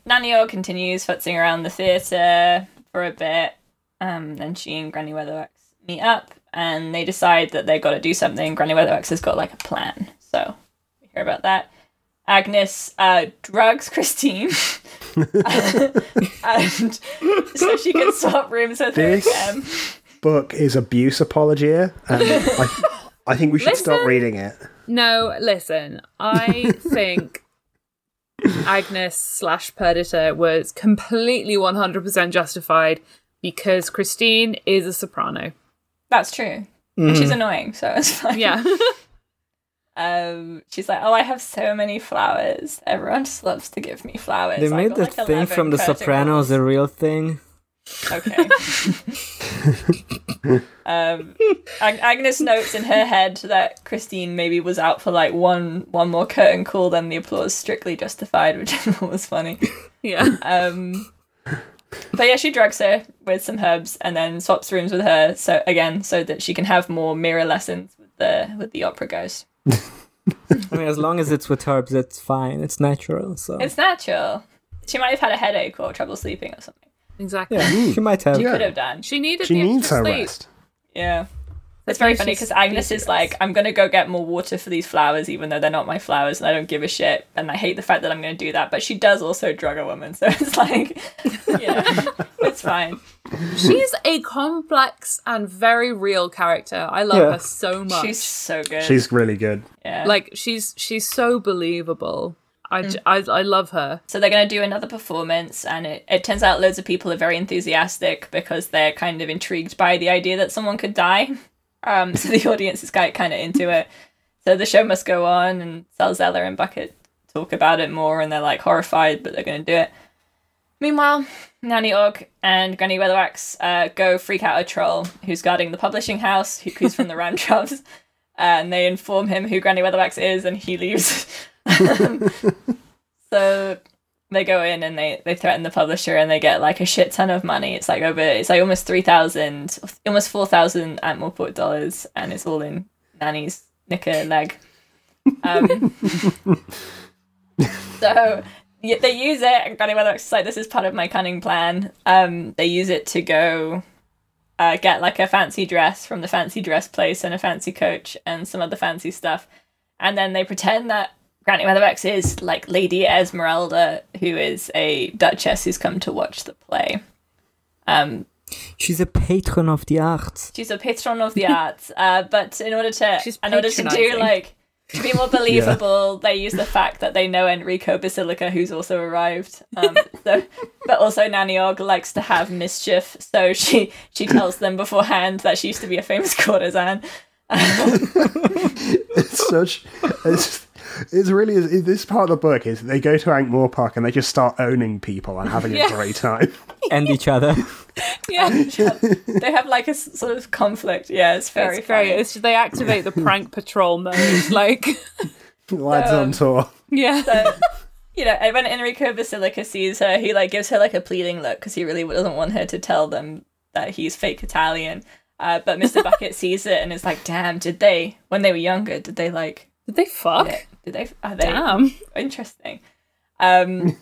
Nanio continues futzing around the theatre for a bit. Um, then she and Granny Weatherwax meet up and they decide that they've got to do something. Granny Weatherwax has got like a plan. So we hear about that. Agnes uh, drugs Christine. and so she can swap rooms with her This- again. Book is abuse apology, and I, I think we should stop Listen. reading it. No, listen, I think Agnes slash Perdita was completely 100% justified because Christine is a soprano. That's true. And Mm-hmm. she's annoying, so it's fine. Yeah. Um, she's like, oh, I have so many flowers. Everyone just loves to give me flowers. They I made got, that like, thing 11 from The curtain Sopranos a real thing. calls." Okay. um, Ag- Agnes notes in her head that Christine maybe was out for like one one more curtain call than the applause strictly justified, which I thought was funny. yeah. Um, but yeah, she drugs her with some herbs and then swaps rooms with her. So again, so that she can have more mirror lessons with the with the opera ghost. I mean, as long as it's with herbs, it's fine. It's natural. So It's natural. She might have had a headache or trouble sleeping or something. Exactly. yeah, she might have. Yeah. Could have done. She needed She the needs extra her sleep. rest. Yeah. That's It's very why funny she's because Agnes is dangerous. like, I'm going to go get more water for these flowers, even though they're not my flowers and I don't give a shit. And I hate the fact that I'm going to do that. But she does also drug a woman. So it's like, yeah, it's fine. She's a complex and very real character. I love Yeah. her so much. She's so good. She's really good. yeah. like she's she's so believable. I, Mm. j- I, I love her. So they're going to do another performance, and it, it turns out loads of people are very enthusiastic because they're kind of intrigued by the idea that someone could die. Um, so the audience is kind of into it. So the show must go on, and Salzella and Bucket talk about it more, and they're like horrified, but they're going to do it. Meanwhile, Nanny Og and Granny Weatherwax uh, go freak out a troll who's guarding the publishing house, who, who's from the Ramjobs, and they inform him who Granny Weatherwax is, and he leaves. Um, so they go in and they, they threaten the publisher and they get like a shit ton of money. It's like over, it's like almost 3,000, almost 4,000 at Morport dollars, and it's all in Nanny's knicker leg. Um, so yeah, they use it, and Granny Weatherwax is like, this is part of my cunning plan. Um, they use it to go uh, get like a fancy dress from the fancy dress place and a fancy coach and some other fancy stuff. And then they pretend that Granny Weatherwax is like Lady Esmeralda, who is a duchess who's come to watch the play. Um, She's a patron of the arts. she's a patron of the arts, uh, but in order to She's in order to do patronising. like to be more believable, they use the fact that they know Enrico Basilica, who's also arrived. Um, so, but also Nanny Og likes to have mischief, so she she tells them beforehand that she used to be a famous courtesan. It's such. It's, it's really is this part of the book is they go to Ankh Park and they just start owning people and having a great time. and each other. Yeah, they have like a s- sort of conflict. Yeah, it's very it's great. funny. It's, they activate the prank patrol mode. Like, Lads on tour. yeah. So, you know, and when Enrico Basilica sees her, he like gives her like a pleading look because he really doesn't want her to tell them that he's fake Italian. Uh, but Mr. Bucket sees it and is like, "Damn, did they when they were younger? Did they like? Did they fuck? Did they? Are they Damn. interesting?" Um,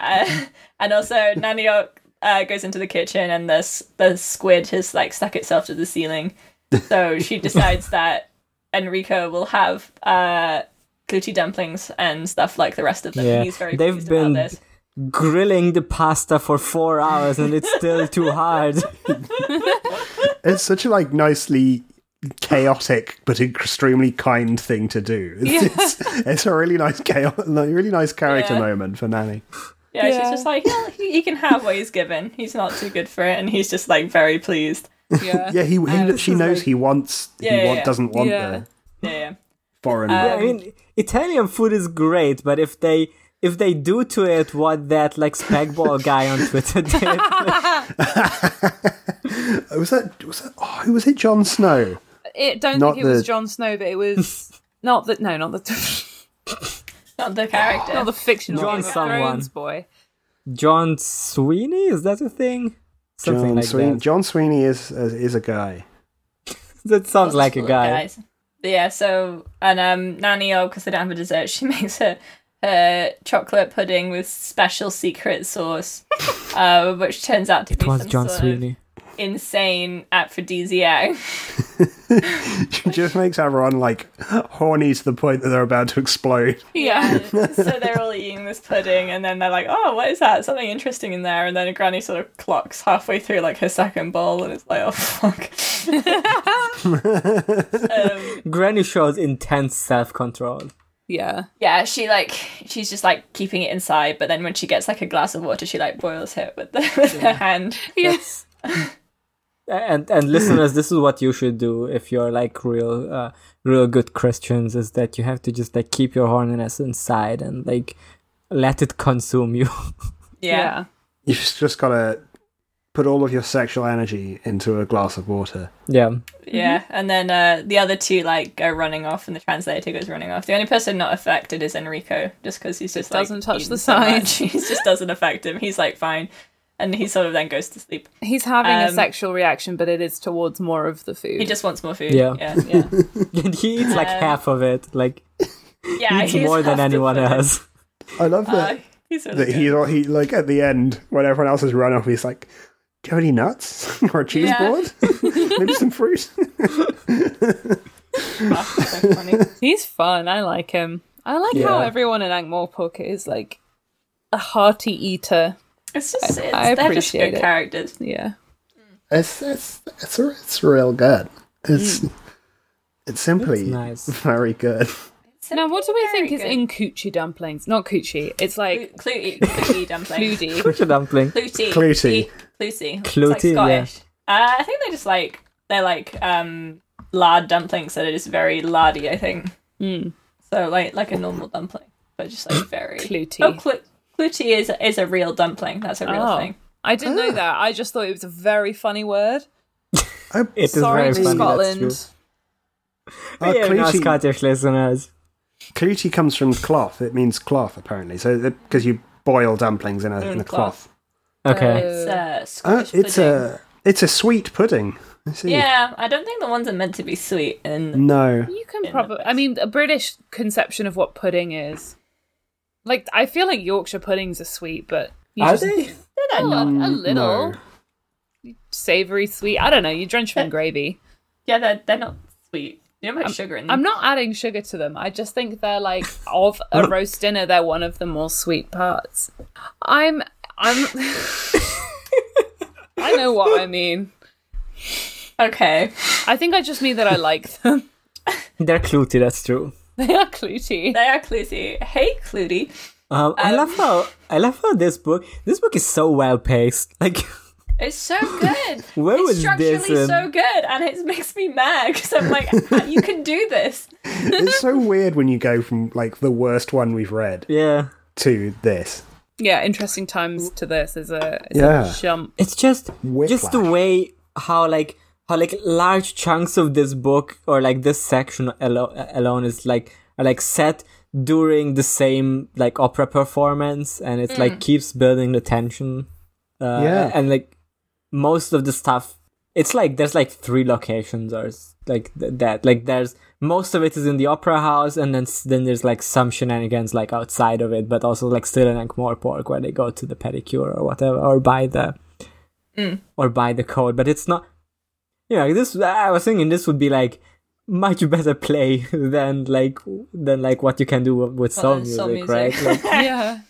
uh, and also Nanny Oak, uh goes into the kitchen and the s- the squid has like stuck itself to the ceiling. So she decides that Enrico will have uh, gluty dumplings and stuff like the rest of them. Yeah, He's very they've pleased been- about this. Grilling the pasta for four hours and it's still too hard. It's such a like nicely chaotic but extremely kind thing to do. It's, it's, it's a really nice chaos, really nice character Yeah. moment for Nanny. Yeah, Yeah. she's just like, "Yeah, he, he can have what he's given. He's not too good for it, and he's just like very pleased. Yeah. Yeah, he, he she is knows like- he wants Yeah, he yeah, want, yeah. doesn't want Yeah. the Yeah, yeah. foreign. I mean, Italian food is great, but if they if they do to it what that like spagball guy on Twitter did, was that was that oh, who was it? John Snow. It don't Not think it was the- Jon Snow, but it was not the no, not the Not the character. not the fictional Jon Game of someone. Thrones boy. John Sweeney is that a thing? Something John like Sweeney. that. John Sweeney is is, is a guy. that sounds like a guy. Guys. But yeah, so and um, Nanny, oh, because they don't have a dessert, she makes her her chocolate pudding with special secret sauce, uh, which turns out to It be was some John sort Sweeney. of insane aphrodisiac. She just makes everyone like horny to the point that they're about to explode. Yeah. so they're all eating this pudding, and then they're like, "Oh, what is that? Something interesting in there." And then Granny sort of clocks halfway through like her second bowl, and it's like, "Oh fuck." um, Granny shows intense self control. Yeah. yeah, she like she's just like keeping it inside, but then when she gets like a glass of water, she like boils it with, the, with her hand. Yes. And and listeners, this is what you should do if you're like real, uh, real good Christians: is that you have to just like keep your horniness inside and like let it consume you. Yeah. Yeah. You've just gotta put all of your sexual energy into a glass of water. yeah, Yeah, Mm-hmm. and then uh, the other two like go running off, and the translator goes running off. The only person not affected is Enrico, just because he's just like, Doesn't touch eaten the so side. much. he just doesn't affect him. He's like fine, and he sort of then goes to sleep. He's having a Um, sexual reaction, but it is towards more of the food. He just wants more food. Yeah. yeah, yeah. and he eats like Um, half of it, like yeah eats more than anyone else. I love that. Uh, he's really that good. he he like at the end when everyone else has run off, he's like, "Do you have any nuts or a cheese Yeah. board? Maybe some fruit." Oh, he's so funny. He's fun. I like him. I like how Yeah. everyone in Ankh-Morpork is like a hearty eater. It's just it's, I they're just appreciate good it. characters. Yeah. It's it's it's it's real good. It's it's simply That's nice. very good. Now, what do we think is good. in coochie dumplings? Not coochie. It's like Clutie, Clutie dumpling. fludy. Such a dumpling. Clutie. Clutie. Clutie. It's like Clutie, yeah. Scottish. Uh, I think they just like they're like um lard dumplings that are just very lardy, I think. Hmm. So like like a normal dumpling, but just like very Clutie. Oh, clu- Clutie is is a real dumpling. That's a real Oh, thing. I didn't Ah. know that. I just thought it was a very funny word. It is Sorry very to funny. Scotland. Uh, That's true. Yeah, no, Clutie- Scottish listeners. Clutie comes from cloth. It means cloth apparently. So because you boil dumplings in a in a cloth, Okay, It's Uh, a Uh, Scottish it's pudding. a it's a sweet pudding. I see. Yeah, I don't think the ones are meant to be sweet in No. you can probably. I mean, a British conception of what pudding is. Like, I feel like Yorkshire puddings are sweet, but you are just- they? Oh, a, a Mm, little Mm, No. savory, sweet. I don't know. You drench them in gravy. Yeah, they're, they're not sweet. You don't put sugar in them. I'm not adding sugar to them. I just think they're like of a roast dinner. They're one of the more sweet parts. I'm I'm. I know what I mean. Okay. I think I just mean that I like them. They're Clutie. That's true. They are cluty. They are Clutie. Hey, Clutie. Um, I love how I love how this book this book is so well paced. Like It's so good. Where it's was structurally this in- so good, and it makes me mad because I'm like, you can do this. it's so weird when you go from like the worst one we've read yeah, to this. Yeah, interesting times to this is a is Yeah. a jump. it's just just the Whiplash. way how like how like large chunks of this book or like this section alo- alone is like are like set during the same like opera performance and it like keeps building the tension uh, Yeah. and like most of the stuff it's like there's like three locations or s- like th- that like there's most of it is in the opera house and then s- then there's like some shenanigans like outside of it but also like still in Ankh-Morpork where they go to the pedicure or whatever or buy the or buy the code but it's not you know this i was thinking this would be like much better play than like than like what you can do with soul than music, soul music. right like, yeah.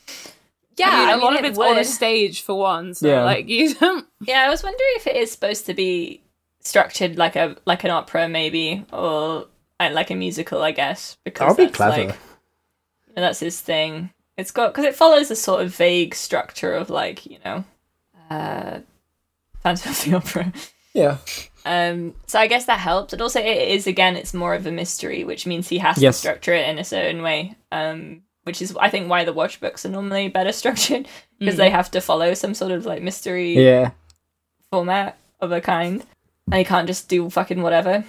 Yeah, I mean, I a lot mean, of it it's on a would. stage for one, so Yeah. like you don't. Yeah, I was wondering if it is supposed to be structured like a like an opera, maybe, or uh, like a musical, I guess. Because That'll be that's, clever. Like, and that's his thing. It's got because it follows a sort of vague structure of like you know, uh, Phantom of the Opera. yeah Um, so I guess that helps. And also, it is again, it's more of a mystery, which means he has Yes. to structure it in a certain way. Um, which is I think why the watch books are normally better structured because they have to follow some sort of like mystery yeah format of a kind, and you can't just do fucking whatever.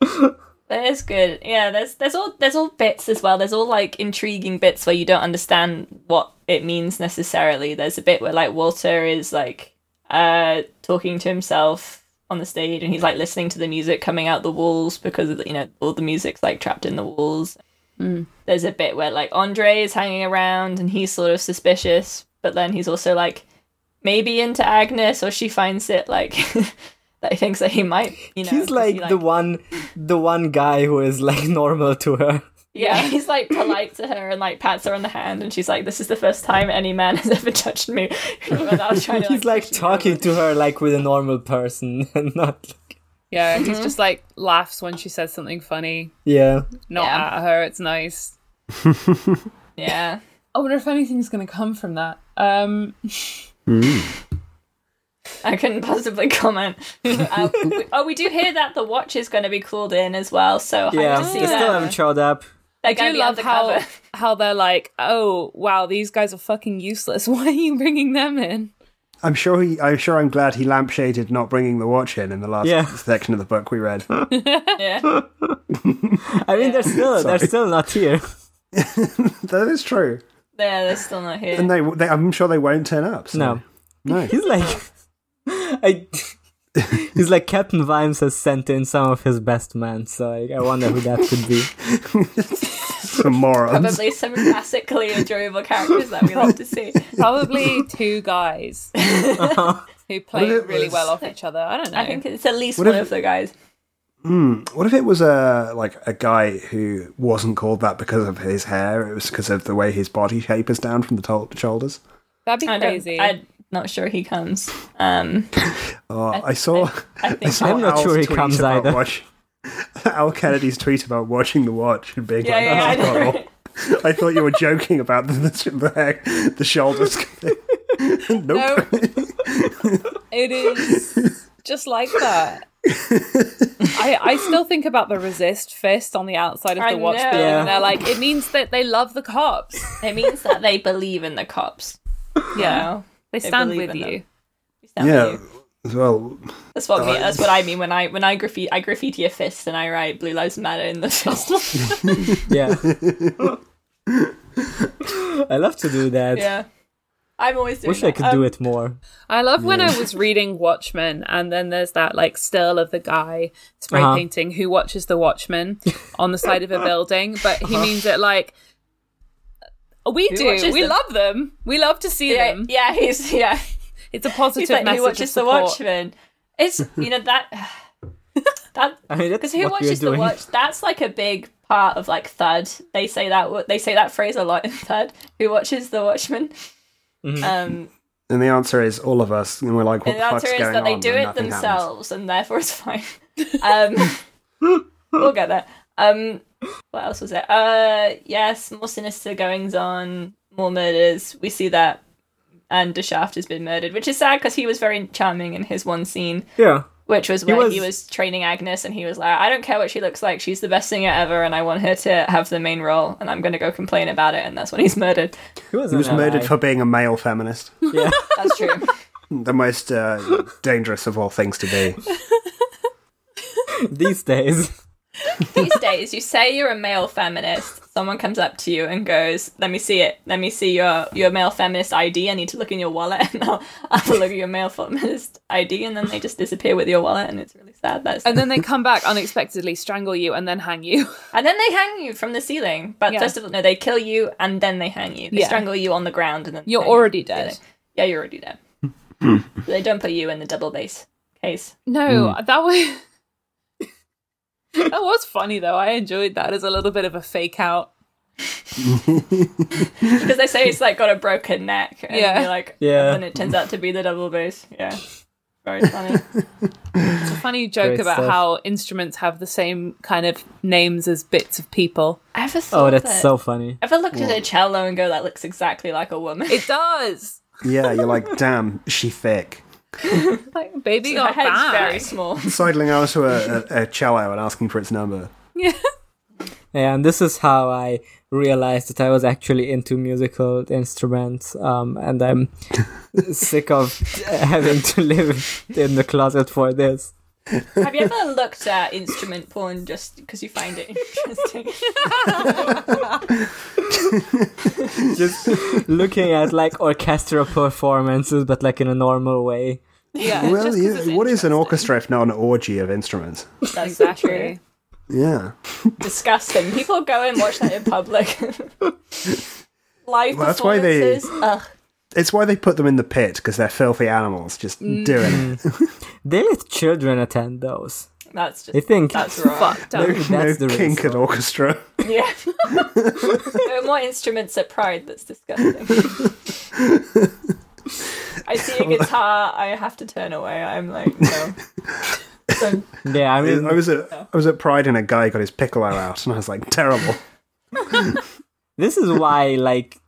that is good. Yeah, there's there's all there's all bits as well. There's all like intriguing bits where you don't understand what it means necessarily. There's a bit where like Walter is like uh talking to himself on the stage and he's like listening to the music coming out the walls because of the, you know all the music's like trapped in the walls Hmm. there's a bit where like Andre is hanging around and he's sort of suspicious, but then he's also like maybe into Agnes or she finds it like that he thinks that he might, you know. he's 'cause like, he, the one the one guy who is like normal to her Yeah, he's like polite to her and like pats her on the hand and she's like, This is the first time any man has ever touched me. When I was trying to, he's like push me talking over. to her like with a normal person and not like, Yeah, he's just like laughs when she says something funny, yeah not Yeah. at her. It's nice. Yeah. I wonder if anything's going to come from that. Um, I couldn't possibly comment. Uh, we- oh, we do hear that the watch is going to be called in as well, so yeah I they see still that. haven't showed up They're I going to do be love how undercover. how they're like, oh wow, these guys are fucking useless. Why are you bringing them in? I'm sure he. I'm sure. I'm glad he lampshaded not bringing the watch in in the last Yeah. section of the book we read. Yeah. i mean they're still they're Sorry. still not here that is true, yeah, they're still not here. and they, they. I'm sure they won't turn up. So. no no. He's like, I. He's like Captain Vimes has sent in some of his best men, so I, I wonder who that could be. Some morons. probably some classically enjoyable characters that we love to see. Probably two guys who play Well, it really was- well off each other. I don't know. I think it's at least What one if- of the guys. What if it was a like a guy who wasn't called that because of his hair? It was because of the way his body shape is down from the to- shoulders. That'd be I don't, crazy. I'm not sure he comes. Um, Oh, I, saw. I think saw I'm not Al's sure he tweet comes about either. Watch, Al Kennedy's tweet about watching the watch and being Yeah, like, yeah, I "This is know, horrible." I thought you were joking about the the, the, the shoulders. nope. No. It is just like that. I, I still think about the resist fist on the outside of I the watch know. building, and Yeah. they're like, it means that they love the cops. it means that they believe in the cops. Yeah, they stand believe with in them. you. Is that Yeah. what you- As well, That's what, me, that's what I mean when I when I graffiti I graffiti a fist and I write "Blue Lives Matter" in the fist. Yeah. I love to do that. yeah, I'm always doing. Wish I that. could Um, do it more. I love when I was reading Watchmen, and then there's that like still of the guy spray Uh-huh. painting who watches the Watchmen on the side of a building, but Uh-huh. he means it like we do. watches We them. love them. We love to see Yeah, them. yeah, he's yeah. It's a positive He's like message. he of watches the support. Watchmen. It's you know that that I mean, that's Because who what we're watches the doing. watch? That's like a big part of like thud. They say that wo- they say that phrase a lot in thud. Who watches the Watchmen? Mm-hmm. Um, and the answer is all of us, and we're like, and what the, the answer fuck's is going that they on? do And it nothing happens. themselves, and therefore it's fine. Um, we'll get there. Um, what else was it? Uh, yes, more sinister goings on, more murders. We see that, and the shaft has been murdered, which is sad because he was very charming in his one scene Yeah. which was where he was... was- training Agnes, and he was like, "I don't care what she looks like; she's the best singer ever, and I want her to have the main role, and I'm going to go complain about it." And that's when he's murdered. He was, He was murdered for being a male feminist. Yeah. That's true. the most uh, dangerous of all things to be. These days. These days, you say you're a male feminist. Someone comes up to you and goes, "Let me see it. Let me see your your male feminist ID. I need to look in your wallet, and I'll, I'll have a look at your male feminist ID." And then they just disappear with your wallet, and it's really sad. That's and then they come back unexpectedly, strangle you, and then hang you. And then they hang you from the ceiling. But Yeah. first of all, no, they kill you and then they hang you. They Yeah. strangle you on the ground and then You're hang you from already the ceiling. dead. Yeah, you're already dead. They don't put you in the double bass case. No, uh, that was that was funny though. I enjoyed that as a little bit of a fake out. Because they say it's like got a broken neck. And Yeah. You're like, Yeah. And it turns out to be the double bass. Yeah. Very funny. It's a funny joke Great about stuff. how instruments have the same kind of names as bits of people. Ever thought Oh, that's that- so funny. Ever looked at a cello and go, that looks exactly like a woman? It does. yeah, you're like, damn, she thick. Like baby Her got head's very back. small. Sidling out to a, a, a cello and asking for its number. And this is how I realized that I was actually into musical instruments. Um, and I'm sick of having to live in the closet for this. Have you ever looked at instrument porn just because you find it interesting? Just looking at like orchestral performances, but like in a normal way. Yeah. well, just 'cause yeah, it's what is interesting. an orchestra if not an orgy of instruments? That's Exactly. true. Yeah. Disgusting. People go and watch that in public. Live Well, that's why they- performances. Ugh. It's why they put them in the pit, because they're filthy animals, just doing it. They let children attend those. That's just I think that's wrong. Fucked up. No that's the kink reason. at orchestra. Yeah. there are more instruments at Pride. That's disgusting. I see a guitar. I have to turn away. I'm like, no. So, Yeah, I mean, I was at I was at Pride and a guy got his piccolo out, and I was like, terrible. this is why like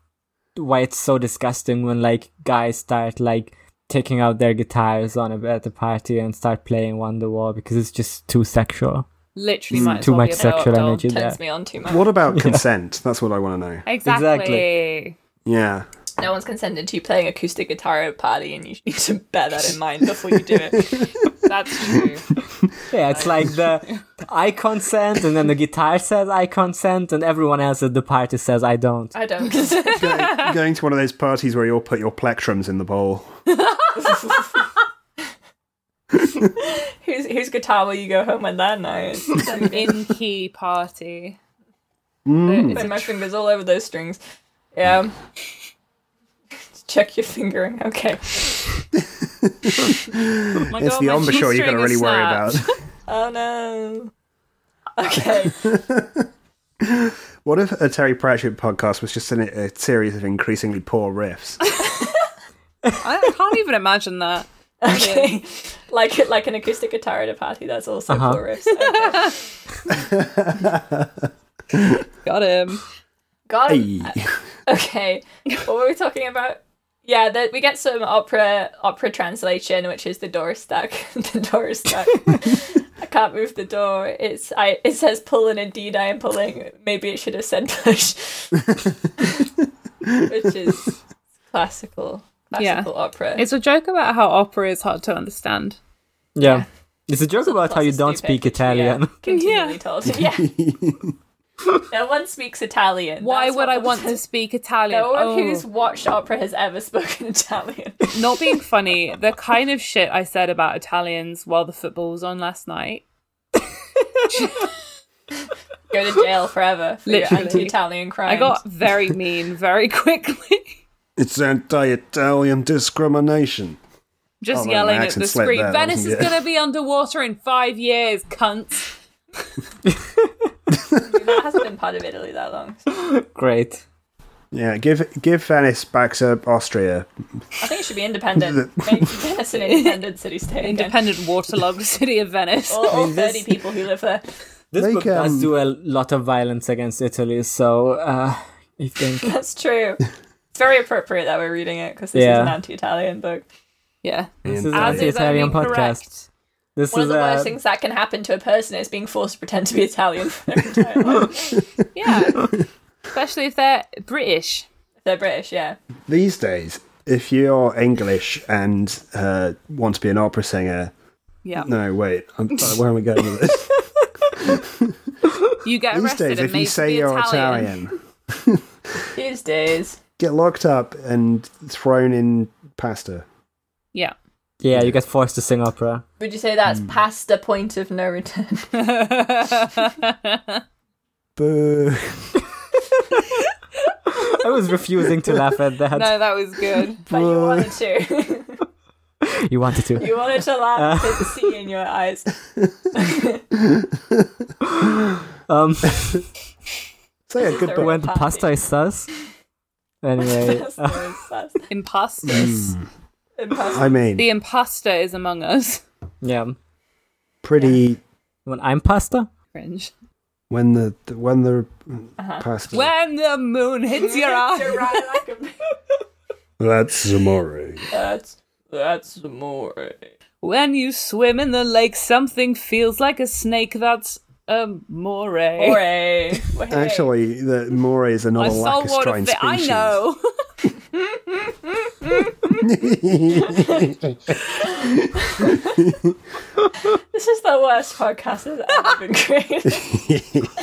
why it's so disgusting when like guys start like taking out their guitars on a at a party and start playing Wonderwall because it's just too sexual. Literally might as too well much be a blow-up sexual doll. energy there. turns me on too much. What about consent? That's what I want to know. Exactly. Yeah. No one's consented to you playing acoustic guitar at a party, and you need to bear that in mind before you do it. That's true. Yeah, it's like the I consent and then the guitar says I consent and everyone else at the party says I don't. I don't. Go- going to one of those parties where you'll put your plectrums in the bowl. whose whose guitar will you go home with that night? Some in key party. Put my fingers all over those strings. Yeah. Check your fingering. Okay. Oh my It's God, the my embouchure you've got to shoestring is really worry snapped. about. Oh no. Okay. What if a Terry Pratchett podcast was just an, a series of increasingly poor riffs? I I can't even imagine that. Okay. like like an acoustic guitar at a party. That's also Uh-huh. for riffs. Okay. Got him. Got it. Hey. Okay, what were we talking about? Yeah, that we get some opera opera translation, which is the door is stuck. the door is stuck. I can't move the door. It's I. It says pull, and indeed I am pulling. Maybe it should have said push, which is classical Yeah. classical opera. It's a joke about how opera is hard to understand. Yeah. It's a joke about Plus how you it's don't stupid, speak which we are Italian. Continually Yeah. told. Yeah. no one speaks Italian. Why That's would what I the- want to speak Italian? No one Oh, who's watched opera has ever spoken Italian. not being funny. The kind of shit I said about Italians while the football was on last night. go to jail forever for Literally. your anti-Italian crimes. I got very mean very quickly. it's anti-Italian discrimination. Just Oh, man, yelling my at the accent slipped screen. there, Venice wasn't is it? going to be underwater in five years, cunts. that hasn't been part of Italy that long. Great. Yeah, give give Venice back to Austria. I think it should be independent. Make Venice an independent city-state. Independent. Independent waterlogged city of Venice. All, all mean, this- thirty people who live there. This Like, book does um, do a lot of violence against Italy, so uh, I think That's true. It's very appropriate that we're reading it because this is Yeah. an anti-Italian book. Yeah. this As is an is only Italian podcast. correct. This One is uh, of the um, a, worst things that can happen to a person is being forced to pretend to be Italian for their entire life. Yeah. Especially if they're British. They're British, yeah. These days, if you're English and uh, want to be an opera singer, Yeah. no, wait, I'm, uh, where am I going with this? You get These arrested days, and if made you to say be you're Italian. Italian, These days, get locked up and thrown in pasta. Yeah. Yeah, you get forced to sing opera. would you say that's past the point of no return? Boo. I was refusing to laugh at that. No, that was good. but you wanted to. you wanted to. You wanted to laugh, I could see in your eyes. Um, So yeah, good Sorry. book. when the pasta is sus. Anyway, That's the worst. That's Imposters. impossible. I mean, the imposter is among us. yeah. pretty When I'm pasta, Cringe. when the the- when the Uh-huh. pasta. When the moon hits your eye. You're right, I can- That's Zamore. That's that's more. When you swim in the lake, something feels like a snake. That's a moray. More. Hey. Actually, the mores are not A a saltwater lacustrine fish. I species. know. this is the worst podcast that's ever been created.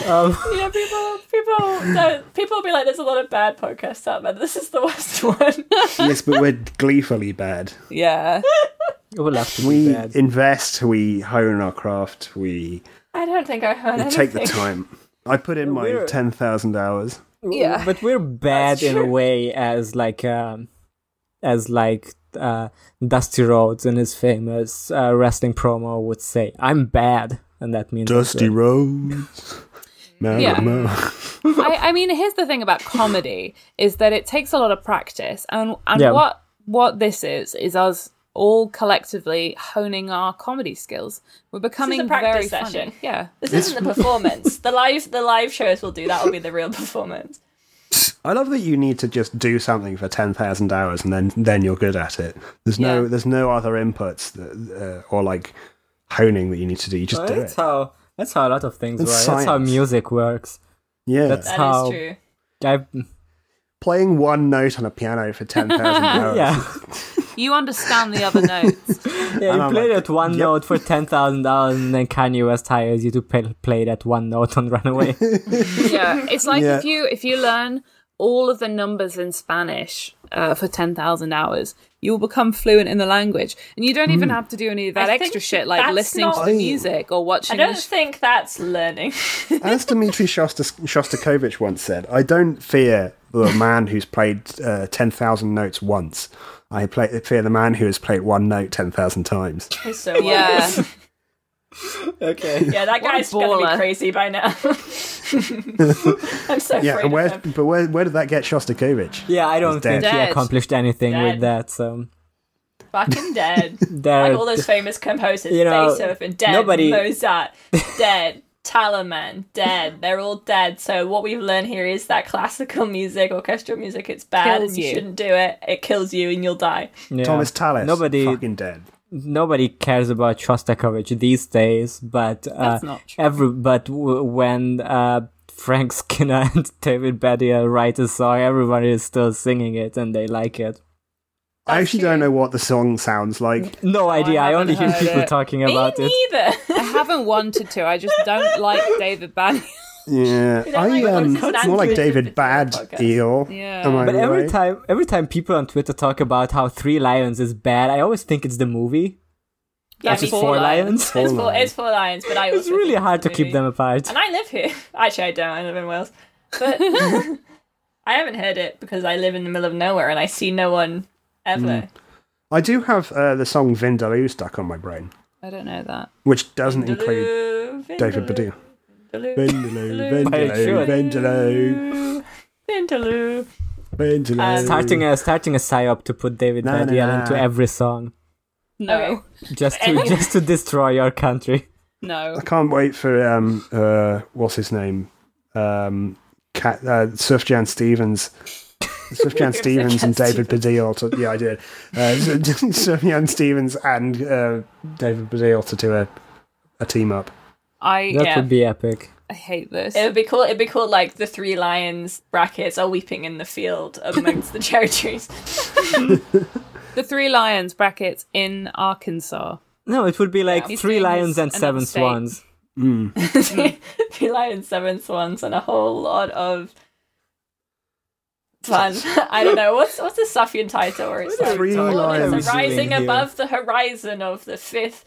um, you know, people, people, don't, people be like, "There's a lot of bad podcasts out there. This is the worst one." yes, but we're gleefully bad. yeah. it would have to be We bad. invest. We hone our craft. We I don't think I heard anything. take the time. I put in my We're- ten thousand hours. Yeah. but we're bad That's in a true. way as like um as like uh dusty rhodes in his famous uh, wrestling promo would say i'm bad and that means I'm Dusty good." roads. No, Yeah. no. I, I mean, here's the thing about comedy is that it takes a lot of practice, and and Yeah. what what this is is us all collectively honing our comedy skills. We're becoming very practice funny. session. Yeah, This isn't the performance. the live, the live shows will do that. Will be the real performance. I love that you need to just do something for ten thousand hours and then then you're good at it. There's no Yeah. there's no other inputs that, uh, or like honing that you need to do. You just Well, do that's it. how that's how a lot of things It's work that's how science. music works yeah, that's- That is How- true. I, playing one note on a piano for ten thousand hours. yeah, you understand the other notes. yeah you I'm play like, that one yep. note for ten thousand dollars, and then Kanye West hires you to play, play that one note on Runaway. yeah, it's like Yeah. if you if you learn all of the numbers in Spanish uh, for ten thousand hours, you will become fluent in the language, and you don't Hmm. even have to do any of that I think extra shit like that's listening to not- the music or I watching. the don't sh- think that's learning. As Dmitry Shostak- Shostakovich once said, "I don't fear the man who's played uh, ten thousand notes once. I play, fear the man who has played one note ten thousand times." It's so yeah, yeah, okay. yeah. That What a guy's gonna baller. be crazy by now. I'm so Yeah, afraid and of where, him. but where, where did that get Shostakovich? Yeah, I don't He's think dead. he Dead. accomplished anything with Dead. that. So Fucking dead. there, like all those famous composers, You know, Beethoven, dead, nobody- Mozart, dead, Talaman, dead. They're all dead. So what we've learned here is that classical music, orchestral music, it's bad. Kills and you, you. shouldn't do it. It kills you and you'll die. yeah. Thomas Tallis, Nobody- fucking dead. nobody cares about Shostakovich these days, but uh, That's not true. every but w- when uh, Frank Skinner and David Badia write a song, everyone is still singing it and they like it. I actually don't know what the song sounds like. No idea. I, haven't only hear heard people it. talking about Me it. neither. I haven't wanted to. I just don't like David Banyan. Yeah, don't I like what um, it's sounding more like like. David Bad Okay. Eeyore. Yeah. Am I But every right? time, every time people on Twitter talk about how Three Lions is bad, I always think it's the movie. Yeah, Actually, Four Four Lions. Lions. it's, four, it's four lines, but I. It's also really think hard it's a to keep movie. them apart. And I live here. Actually, I don't. I live in Wales, but I haven't heard it because I live in the middle of nowhere and I see no one ever. Mm. I do have uh, the song Vindaloo stuck on my brain, I don't know that. which doesn't include Vindaloo, David Baddiel. Vindaloo. Vindaloo, But it Vindaloo, should. Vindaloo. Vindaloo, Vindaloo. Um, Starting a starting a psyop to put David No, no, Badia no. into every song No, Okay. just to just to destroy your country. no. I can't wait for um uh what's his name um Cat, uh, Surfjan Stevens. Surfjan Stevens and David Baddiel to yeah I did uh, Surfjan Stevens and uh, David Baddiel to do a a team up. I That Yeah. would be epic. I hate this. It would be cool. It'd be cool, like the three lions brackets are weeping in the field amongst the cherry trees. the Three Lions brackets in Arkansas. No, it would be like He's three doing lions his- and another seven state. swans. three lions, seven swans, and a whole lot of fun. I don't know what's what's the Safian title where it's like, Three lions it's rising in here. above the horizon of the fifth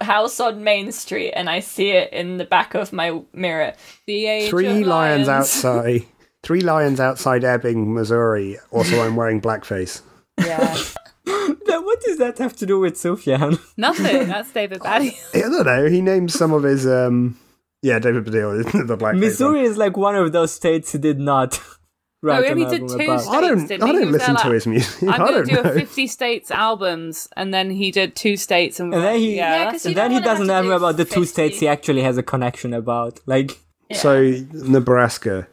house on Main Street, and I see it in the back of my mirror. The age Three of lions outside. Three lions outside Ebbing, Missouri. Also, I'm wearing blackface. Yeah. Then what does that have to do with Sufjan? Nothing. That's David Baddiel. I don't know. He names some of his. um Yeah, David Baddiel, the black. Missouri is like one of those states he did not write Oh, he only an did album two about. states. I don't. didn't I he? He don't was listen there to like, his music. I'm I gonna don't do a know. 50 states albums, and then he did two states, and, And then he, yeah, yeah, that's- then he doesn't have have to do about the two 50. states he actually has a connection about. Like, So Nebraska.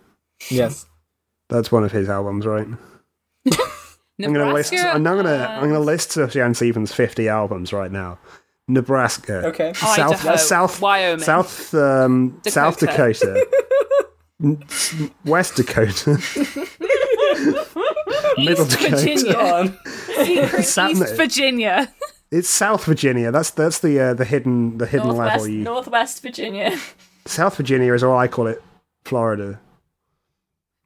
yes, That's one of his albums, right? I'm gonna list. Nebraska. I'm not gonna. uh, I'm gonna list Sufjan Stevens' 50 albums right now. Nebraska. Okay. Oh, South. uh, Idaho, South. Wyoming. South. Um, South Dakota. N- s- West Dakota. Middle Dakota. Virginia. Secret Sat- East Virginia. It's South Virginia. That's that's the uh, the hidden the hidden Northwest, level. You Northwest Virginia. South Virginia is all I call it. Florida.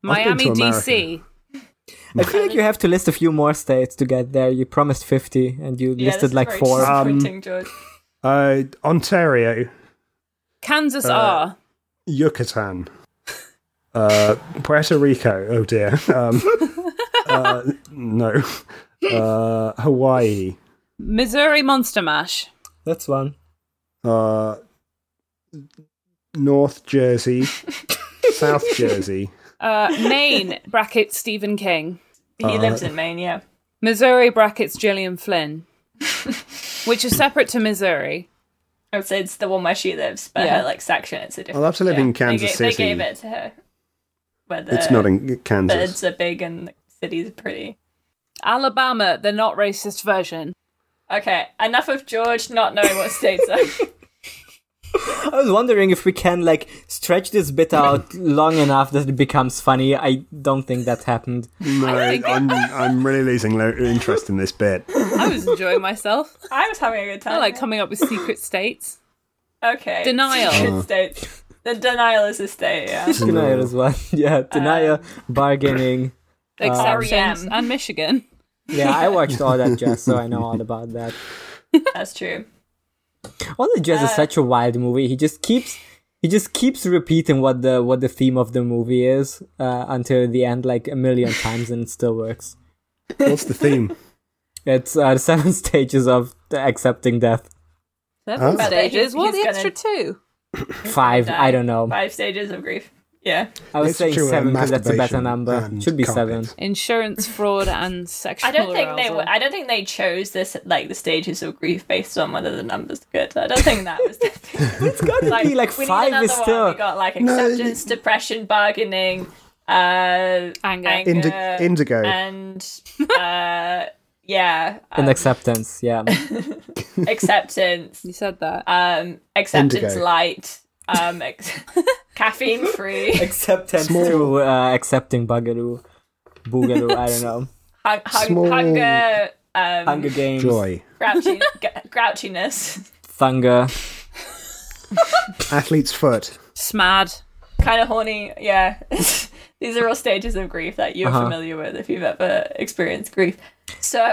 I've Miami, been to DC. I feel like you have to list a few more states to get there. You promised fifty, and you Yeah, this listed is like very four. um, Uh, disappointing, George. Uh, Ontario. Kansas Uh, R. Yucatan, uh, Puerto Rico. Oh dear. Um, uh, no, uh, Hawaii. Missouri Monster Mash. That's one. Uh, North Jersey, South Jersey, Uh, Maine brackets Stephen King. He uh, lives in Maine, yeah. Missouri brackets Gillian Flynn. which is separate to Missouri. I would say it's the one where she lives, but Yeah. her like section it's a different. I'll have to live in yeah. Kansas they City. They gave it to her. Where the It's not in Kansas. birds are big and the city's pretty. Alabama, the not racist version. Okay, enough of George not knowing what states are. I was wondering if we can like stretch this bit out long enough that it becomes funny. I don't think that happened. No, I'm, I'm really losing lo- interest in this bit. I was enjoying myself. I was having a good time. I like coming up with secret states. okay. Denial. Secret states. The denial is a state, yeah. Denial as well. Yeah, denial, Um, bargaining. Uh, Exceptions E REM. and Michigan. Yeah, I watched all that jazz, so I know all about that. That's true. All the jazz is Uh, such a wild movie. He just keeps he just keeps repeating what the what the theme of the movie is uh, until the end, like a million times, and it still works. What's the theme? It's uh, seven stages of the accepting death. Seven Huh? stages. He's- What are he's the gonna- extra two? Five, I don't know. Five stages of grief. Yeah. I was It's saying true, uh, seven because that's a better masturbation number. and Should be seven. carpet. Insurance fraud and sexual I don't think they. arousal. I don't think they chose this like the stages of grief based on whether the numbers are good. I don't think that was. it's got be like five is still- We got like No, acceptance, depression, bargaining, uh, Anger. anger Indi- indigo. and uh, yeah, And uh, acceptance, yeah. acceptance, You said that. um, acceptance Indigo. light, um, ex- caffeine free, acceptance Small- to uh, accepting bugaroo. Boogaloo, I don't know. hung- hung- Small- hunger, um, Hunger Games. Joy. grouchy- g- grouchiness, Thunger. Athlete's foot. Smad. kind of horny. Yeah. These are all stages of grief that you're Uh-huh. familiar with if you've ever experienced grief. So,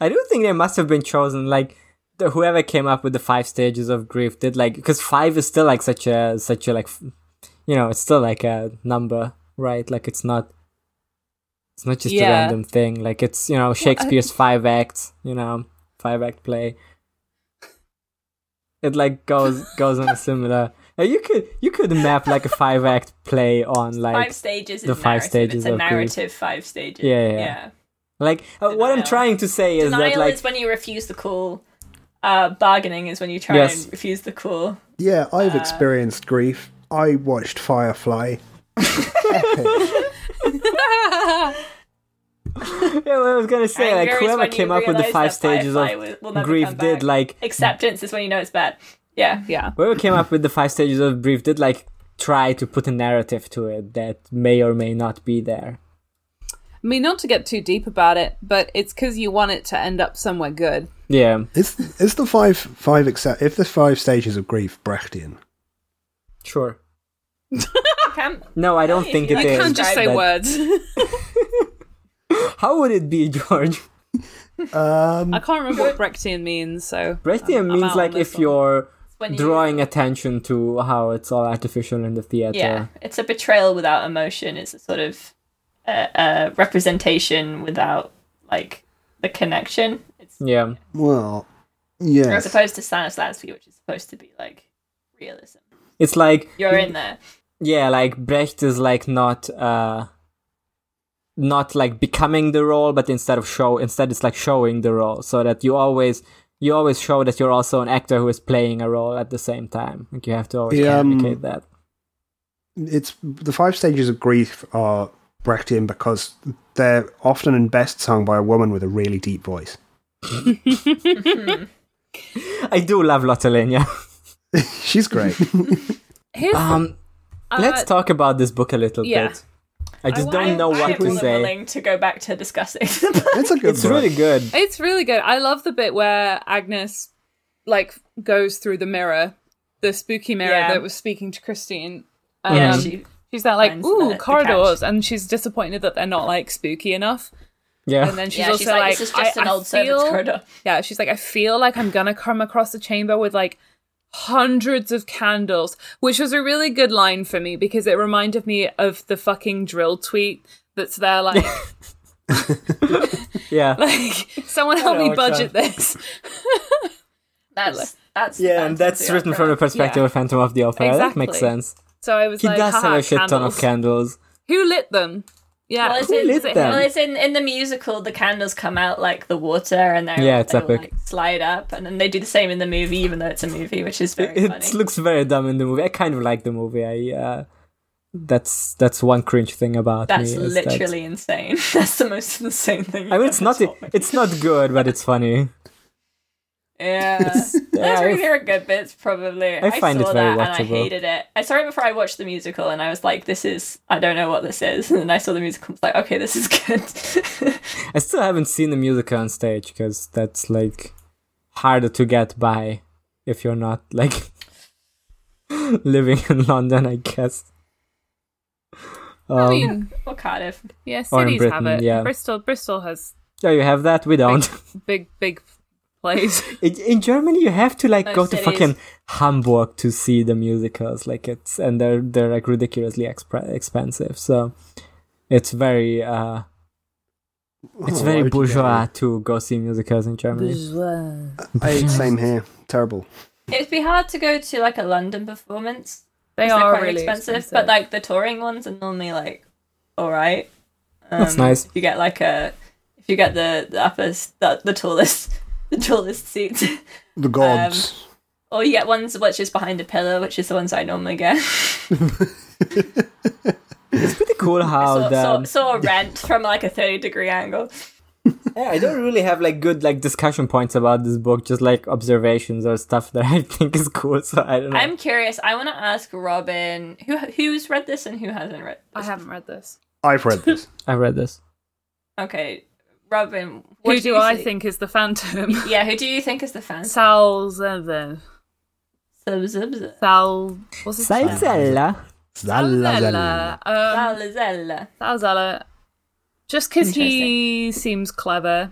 I do think they must have been chosen like the, whoever came up with the five stages of grief did like because five is still like such a such a like f- you know it's still like a number right like it's not it's not just Yeah. a random thing like it's you know Shakespeare's five acts you know five act play it like goes goes on a similar uh, you could you could map like a five act play on like five stages is the five narrative. stages it's a of grief. narrative five stages. Yeah, yeah, yeah. like uh, what I'm Denial. trying to say is Denial that like is when you refuse the call. Uh, bargaining is when you try Yes. and refuse the call. Yeah, I've experienced grief. I watched Firefly. Yeah, well, I was gonna say, like Anger is whoever when you came up with the realise five that stages of Firefly will- will never grief come did back. like Acceptance is when you know it's bad. Yeah. Yeah. whoever came up with the five stages of grief did like try to put a narrative to it that may or may not be there. I mean, not to get too deep about it, but it's because you want it to end up somewhere good. Yeah, Is is the five five accept if the five stages of grief Brechtian? sure. You can- No, I don't think you it is. You can't just say but words. How would it be, George? Um, I can't remember what Brechtian means, so. Brechtian I'm- Um, I'm means out on like this if one. you're when you- drawing attention to how it's all artificial in the theater. Yeah, it's a betrayal without emotion. It's a sort of uh, uh, representation without like the connection. It's Yeah. Well, yeah. as opposed to Stanislavski, which is supposed to be like realism. It's like You're in there. yeah, like Brecht is like not uh not like becoming the role, but instead of show instead it's like showing the role so that you always you always show that you're also an actor who is playing a role at the same time. Like you have to always The, um, communicate that. it's the five stages of grief are Brechtian because they're often and best sung by a woman with a really deep voice. I do love Lottolenia. She's great. Here's Um uh, let's talk about this book a little yeah. bit. I just I- don't know I what am to I'm say. willing to go back to discussing. it's a good. It's really book. good. It's really good. I love the bit where Agnes like goes through the mirror, the spooky mirror Yeah. that was speaking to Christine. Um, Yeah, She- she's that like, finds the- ooh, the corridors, and she's disappointed that they're not like spooky enough. Yeah. And then she's yeah, also she's like, this is just I- an I old servants' feel- corridor. Yeah, she's like, I feel like I'm gonna come across a chamber with like hundreds of candles, which was a really good line for me because it reminded me of the fucking drill tweet that's there like yeah. like someone help me know, it's, budget this. That's that's Yeah, and that's written from the perspective Yeah. of Phantom of the Opera. That makes Exactly. sense. So I was He like, does have "Haha, a shit ton of candles. Who lit them? Yeah, Well, it's, Who in, lit them? well, it's in in the musical. The candles come out like the water, and they Yeah, it's they'll, epic. Like, slide up, and then they do the same in the movie, even though it's a movie, which is very It funny. looks very dumb in the movie. I kind of like the movie. I uh, that's that's one cringe thing about That's me. is that- literally insane. That's the most insane thing. I mean, it's not e- it's not good, but it's funny. Yeah, those yeah, were I- there are good bits probably. I, find saw it very that and I watchable. hated it. I saw it before I watched the musical, and I was like, "This is I don't know what this is." And then I saw the musical, and was like, "Okay, this is good." I still haven't seen the musical on stage because that's like harder to get by if you're not like living in London, I guess. I Um, mean, or Cardiff. yeah, Or in cities have Britain, it. yeah. Bristol, Bristol has yeah, you have that. We don't. big, big plays. In, in Germany, you have to like Most go to cities. fucking Hamburg to see the musicals. Like it's and they're they're like ridiculously expre- expensive. So it's very uh it's Oh, why very would you go bourgeois to go see musicals in Germany. there? I, same here. Terrible. It'd be hard to go to like a London performance. They 'cause they're are quite really expensive, but like the touring ones are normally like all right. Um, That's nice. If you get like a, if you get the the upper s- the, the tallest the tallest seats, The gods. or you get ones which is behind a pillar, which is the ones I normally get. It's pretty cool how saw, saw, the saw a rent from like a 30 degree angle. yeah, I don't really have like good like discussion points about this book, just like observations or stuff that I think is cool. So I don't know. I'm curious. I want to ask Robin who who's read this and who hasn't read. I haven't read this. I've read this. I read this. Okay, Robin. what Who do you I thi- think is the Phantom? Yeah, who do you think is the fan? Sal Sub, Zevin. sub, sub. Sal. What's his name? Salsella. Zalazal. Salzella. Um, Valzella. Salzella. Just because he seems clever,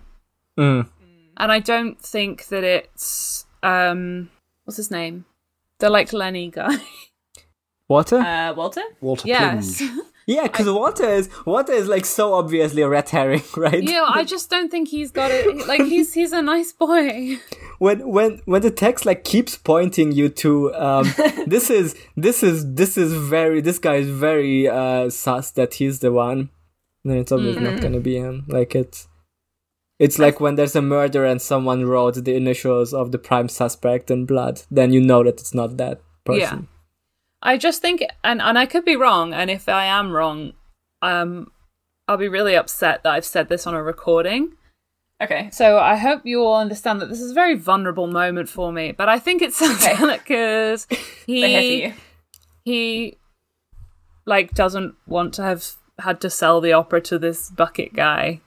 Mm. and I don't think that it's um, what's his name? The like Lenny guy. Water? Uh, Walter? Walter yes. Plunge. yeah, because water is water is like so obviously a red herring, right? Yeah, I just don't think he's got it. Like he's he's a nice boy. when when when the text like keeps pointing you to um this is this is this is very this guy is very uh sus that he's the one then it's obviously Mm-hmm. not gonna be him like it's it's like when there's a murder and someone wrote the initials of the prime suspect in blood then you know that it's not that person I just think, and and I could be wrong, and if I am wrong, um, I'll be really upset that I've said this on a recording. Okay. So I hope you all understand that this is a very vulnerable moment for me. But I think it's Santana because The he Heffy. he like doesn't want to have had to sell the opera to this bucket guy,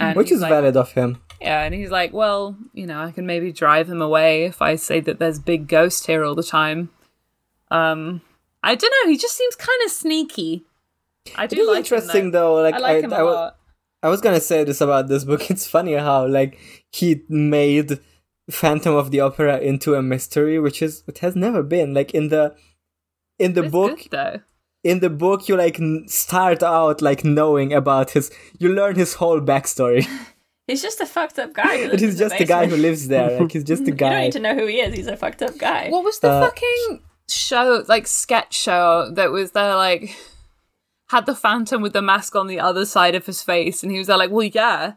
and which he's is like, valid of him Yeah, and he's like, well, you know, I can maybe drive him away if I say that there's big ghost here all the time. Um, I don't know. He just seems kind of sneaky. I do it is like interesting him, though. though. like I like him a wa- lot. I was gonna say this about this book. It's funny how like he made Phantom of the Opera into a mystery, which is it has never been. Like in the in the It's book, good, though. in the book, you like n- start out like knowing about his. You learn his whole backstory. He's just a fucked up guy. who lives in He's the just a guy who basement. lives there. Like he's just a You don't guy. need to know who he is. He's a fucked up guy. What was the Uh, fucking show, like sketch show that was there, like had the phantom with the mask on the other side of his face, and he was there, like, well, yeah,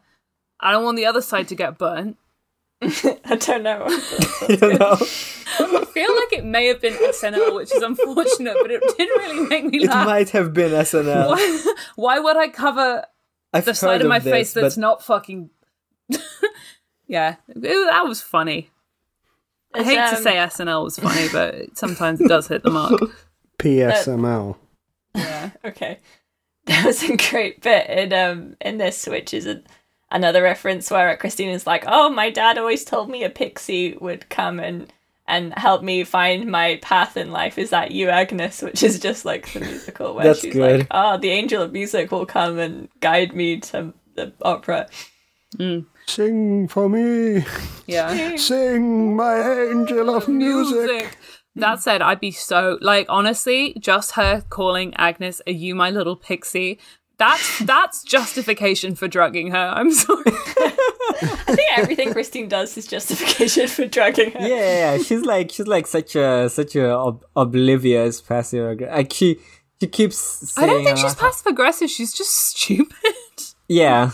I don't want the other side to get burnt. I don't know. You know? I feel like it may have been SNL, which is unfortunate, but it did really make me It laugh. might have been SNL. Why, why would I cover I've the side heard of my this, face that's but not fucking? yeah, It- that was funny. I It's, hate to um, say SNL was funny, but it- sometimes it does hit the mark. PSML. okay. There was a great bit in um in this, which is a, another reference where Christina's like, "Oh, my dad always told me a pixie would come and and help me find my path in life." Is that you, Agnes? Which is just like the musical where That's she's good. like, "Oh, the angel of music will come and guide me to the opera." Sing for me, Yeah. sing my angel of music. That said, I'd be so like honestly, just her calling Agnes "Are you my little pixie?" That's that's justification for drugging her. I'm sorry. I think everything Christine does is justification for drugging her. Yeah, yeah, yeah. she's like she's like such a such a ob- oblivious passive aggressive. Like she she keeps. I Saying don't think a she's lot of- passive aggressive. She's just stupid. Yeah,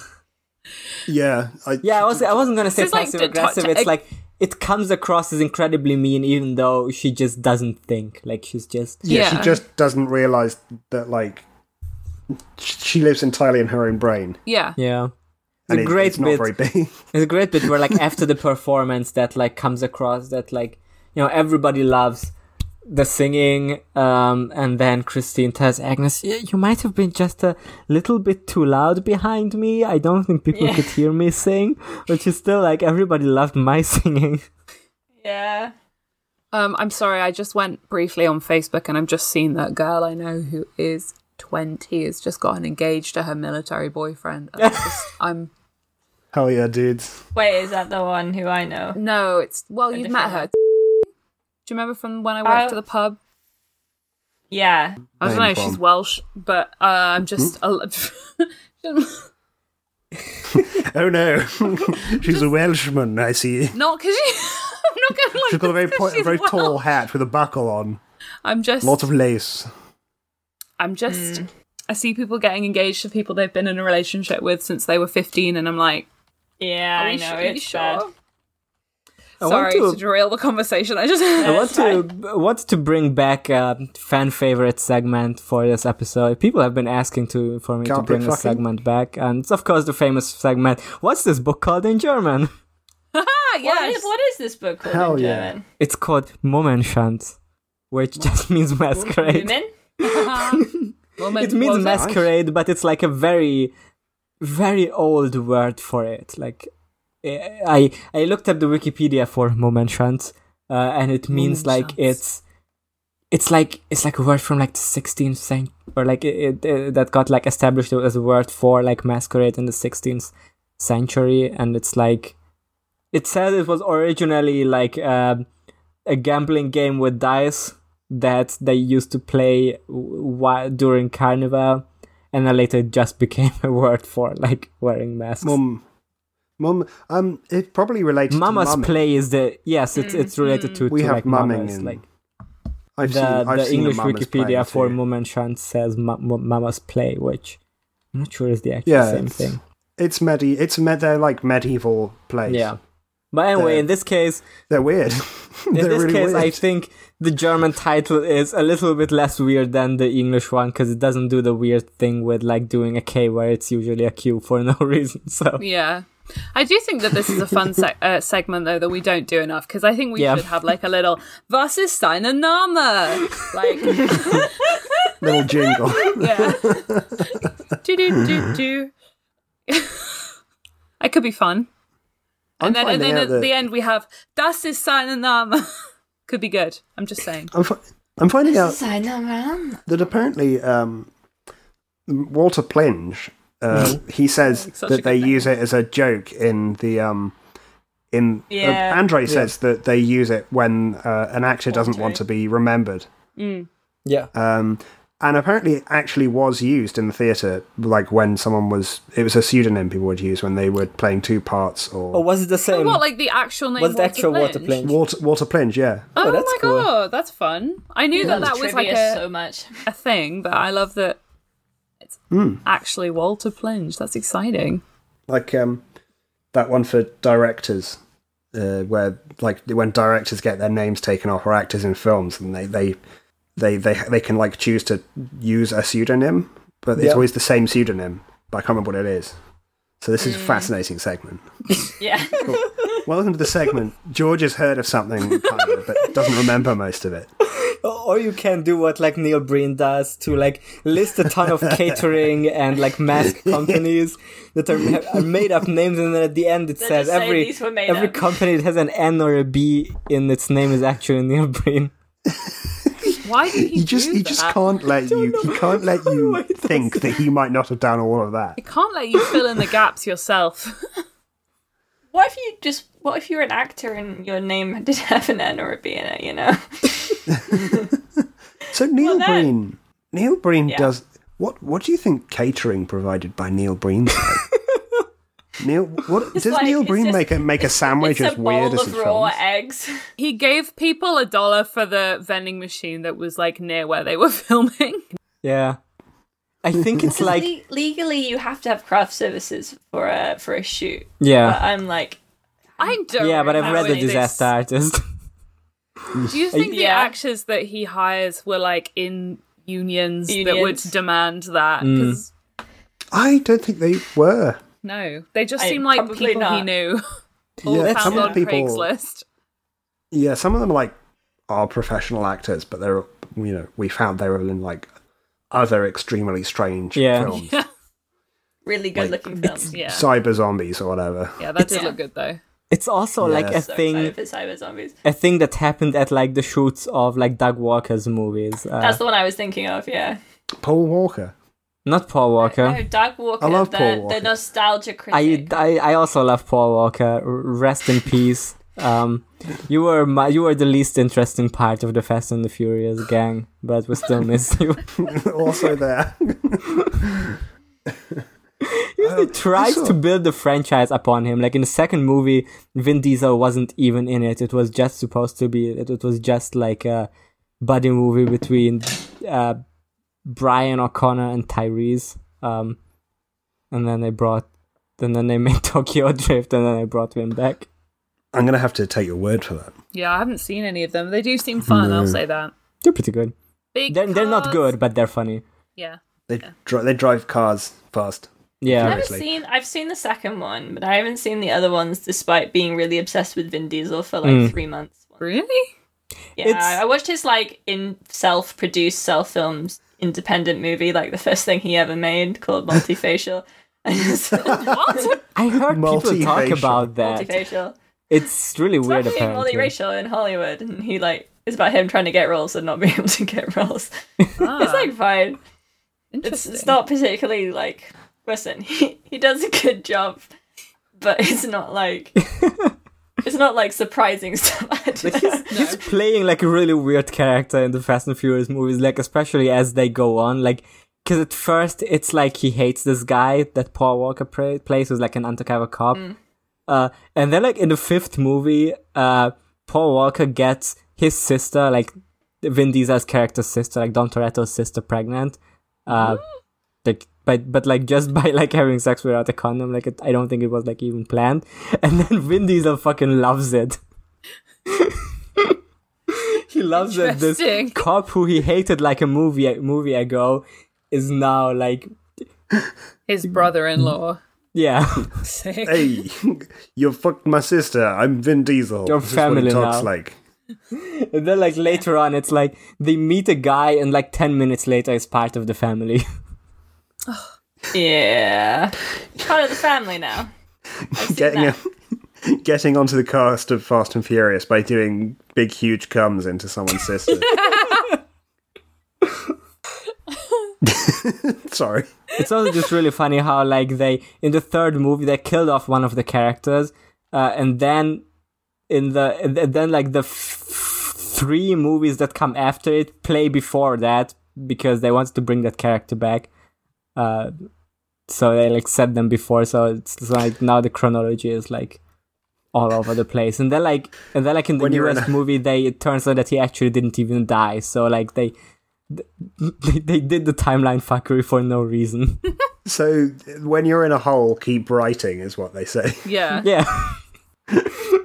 Yeah, I, yeah. I was I wasn't gonna say She's like passive to- to- aggressive. to- It's like it comes across as incredibly mean, even though she just doesn't think. Like she's just. yeah, Yeah. She just doesn't realize that like sh- she lives entirely in her own brain, Yeah. Yeah. and a it- great it's not bit. very big. It's a great bit where like after the performance that like comes across that like you know everybody loves the singing um and then Christine tells Agnes "Y- you might have been just a little bit too loud behind me I don't think people Yeah. could hear me sing but she's still like everybody loved my singing yeah. Um, I'm sorry. I just went briefly on Facebook and I've just seen that girl I know who is 20 has just gotten engaged to her military boyfriend. And I'm, just, I'm Hell Oh, yeah, dudes! Wait, is that the one who I know? no. It's well, A you've met different her. one. Do you remember from when I worked Oh. at the pub? Yeah. I don't know Name if she's bomb. Welsh, but uh, I'm just. Oh no, she's a Welshman. I see. not because she. I'm not going to like. She's got a very this 'cause po- she's very tall Welsh. hat with a buckle on, I'm just. lots of lace. I'm just. Mm. I see people getting engaged to people they've been in a relationship with since they were 15, and I'm like, Yeah, are I we know. su- are you it's sure? bad. I Sorry want to- to... derail the conversation. I just. I want That's to I want to bring back a fan favorite segment for this episode. People have been asking to for me Can't to be bring this fucking- segment back, and it's of course the famous segment. What's this book called in German? ah, What yes. is, what is this book called Hell in yeah. German? It's called Mummenschand, which just means masquerade. Women? Moment, It means Uh-huh. was masquerade, but it's like a very, very old word for it. Like, eh, I I looked up the Wikipedia for Mummenschand, uh, and it means like Mummenschanz. it's, it's like it's like a word from like the 16th century, or like it, it, eh, that got like established as a word for like masquerade in the 16th century, and it's like, it says it was originally like. um a gambling game with dice that they used to play while, during carnival and then later it just became a word for like wearing masks Mum, mum. Um, it's probably related mama's to mumming. play is the yes it's it's related to, We to have like mumming mama's in like I've the, seen, I've the seen english a mama's play wikipedia for too. mum and shan says ma- mu- mama's play which i'm not sure is the actual Yeah, same it's- thing It's medi. It's med. They're like medieval plays. yeah but anyway The- in this case they're weird. In they're this really case, weird. I think the German title is a little bit less weird than the English one because it doesn't do the weird thing with like doing a K where it's usually a Q for no reason. So Yeah. I do think that this is a fun se- uh, segment, though, that we don't do enough because I think we Yeah. should have like a little Was ist deine Name? Like, little jingle. yeah. do, do, do, do. it could be fun. I'm And then, and finding then out at that- the end, we have Das ist seine Name. could be good. I'm just saying. I'm, fi- I'm finding out that apparently um, Walter Plenge uh, he says Mm-hmm. Such a that good they name. use it as a joke in the um, in uh, Yeah. Andre says that they use it when uh, an actor doesn't want to be remembered. yeah, Um, and apparently it actually was used in the theatre, like when someone was. It was a pseudonym people would use when they were playing two parts or Oh, Or was it the same? What, like the actual name? was the Walter actual water Blanche? plane? water, water plinge. Yeah, Oh, that's my cool. god, that's fun. I knew that that was like a, so much. a thing, but I love that it's actually Walter Plunge. That's exciting. like um, that one for directors, uh, where like when directors get their names taken off or actors in films, and they they they they, they can like choose to use a pseudonym, but Yeah. it's always the same pseudonym. But I can't remember what it is. So this Hmm. is a fascinating segment. Yeah. Welcome to the segment. George has heard of something, kind of, but doesn't remember most of it. Or you can do what like Neil Breen does to like list a ton of catering and like mask companies that are, are made up names, and then at the end it They says just say every these were made every up. company that has an N or a B in its name is actually Neil Breen. Why did he He just do he that? just can't let you he can't let you why he does think that he might not have done all of that. I can't let you fill in the gaps yourself. What if you just? What if you're an actor and your name did have an N or a B in it? You know. So Neil that- Breen, Neil Breen Yeah. does what? What do you think catering provided by Neil Breen? Neil, what does like- Neil it's Breen just- make a make a sandwich it's as a weird bowl as of it raw sounds? eggs. he gave people a dollar for the vending machine that was like near where they were filming. Yeah, I think it's like Le- legally, you have to have craft services for a for a shoot. But yeah, I'm like, I don't. yeah. But I've remember read the this. disaster artist. Do you think Yeah. the actors that he hires were like in unions, that would Unions. demand that? Mm. 'Cause I don't think they were. No, they just I- seem like probably people he not. knew. yeah, Found some of on the people. Craigslist. Yeah, some of them like are professional actors, but they're you know we found they were in like other extremely strange Yeah. films, really good looking films. Yeah, cyber zombies or whatever. yeah, that did Yeah. look good though. It's also like a Yes. So thing excited for cyber zombies. a thing that happened at like the shoots of like Doug Walker's movies. Uh, That's the one I was thinking of. Yeah. Paul Walker. not Paul Walker. No, Doug Walker. I love the, Paul Walker. the nostalgia critic. I, I I also love Paul Walker. R- Rest in peace. Um, you were my, you were the least interesting part of the Fast and the Furious gang, but we still miss you. also there. Um, Disney tries to build the franchise upon him. Like in the second movie, Vin Diesel wasn't even in it. It was just supposed to be. It, it was just like a buddy movie between uh, Brian O'Connor and Tyrese. Um, and then they brought. And then they made Tokyo Drift, and then they brought him back. I'm gonna have to take your word for that. Yeah, I haven't seen any of them. They do seem fun. I'll say that. They're pretty good. Big They're, they're not cars- good, but they're funny. Yeah, They dri- they drive cars fast. I Yeah. haven't Seriously. seen. I've seen the second one, but I haven't seen the other ones. Despite being really obsessed with Vin Diesel for like Mm. three months. really? Yeah, It's- I watched his like in self-produced, self-filmed independent movie, like the first thing he ever made, called Multifacial. And it's- What? I heard people talk Multiracial. about that. multifacial. It's really weird, It's about being apparently. multiracial in Hollywood, and he like it's about him trying to get roles and not being able to get roles. Ah. It's like fine. It's, interesting. it's not particularly like listen. He he does a good job, but it's not like it's not like surprising stuff. I don't know. He's playing like a really weird character in the Fast and Furious movies, like especially as they go on, like. Because at first it's like he hates this guy that Paul Walker pra- plays, who's like an undercover cop. Uh, and then like in the fifth movie, uh, Paul Walker gets his sister, like Vin Diesel's character's sister, like Don Toretto's sister, pregnant. Uh, like, but but like just by like having sex without a condom, like it, I don't think it was like even planned. And then Vin Diesel fucking loves it. he loves that this Interesting. cop who he hated like a movie movie ago is now like His brother-in-law. yeah Sick. Hey, you fucked my sister. I'm Vin Diesel. Your This is what he family talks now. like. And then like later on, it's like they meet a guy, and like ten minutes later, is part of the family. Yeah, part of the family now. Getting a- getting onto the cast of Fast and Furious by doing big huge cums into someone's sister. Sorry. it's also just really funny how like they in the third movie they killed off one of the characters, uh, and then in the and then like the f- three movies that come after it play before that because they wanted to bring that character back. Uh, so they like set them before, so it's like now the chronology is like all over the place. And then like and then like in the When you're in newest a- movie, they it turns out that he actually didn't even die. So like they they, they did the timeline fuckery for no reason. So when you're in a hole, keep writing is what they say. Yeah, yeah.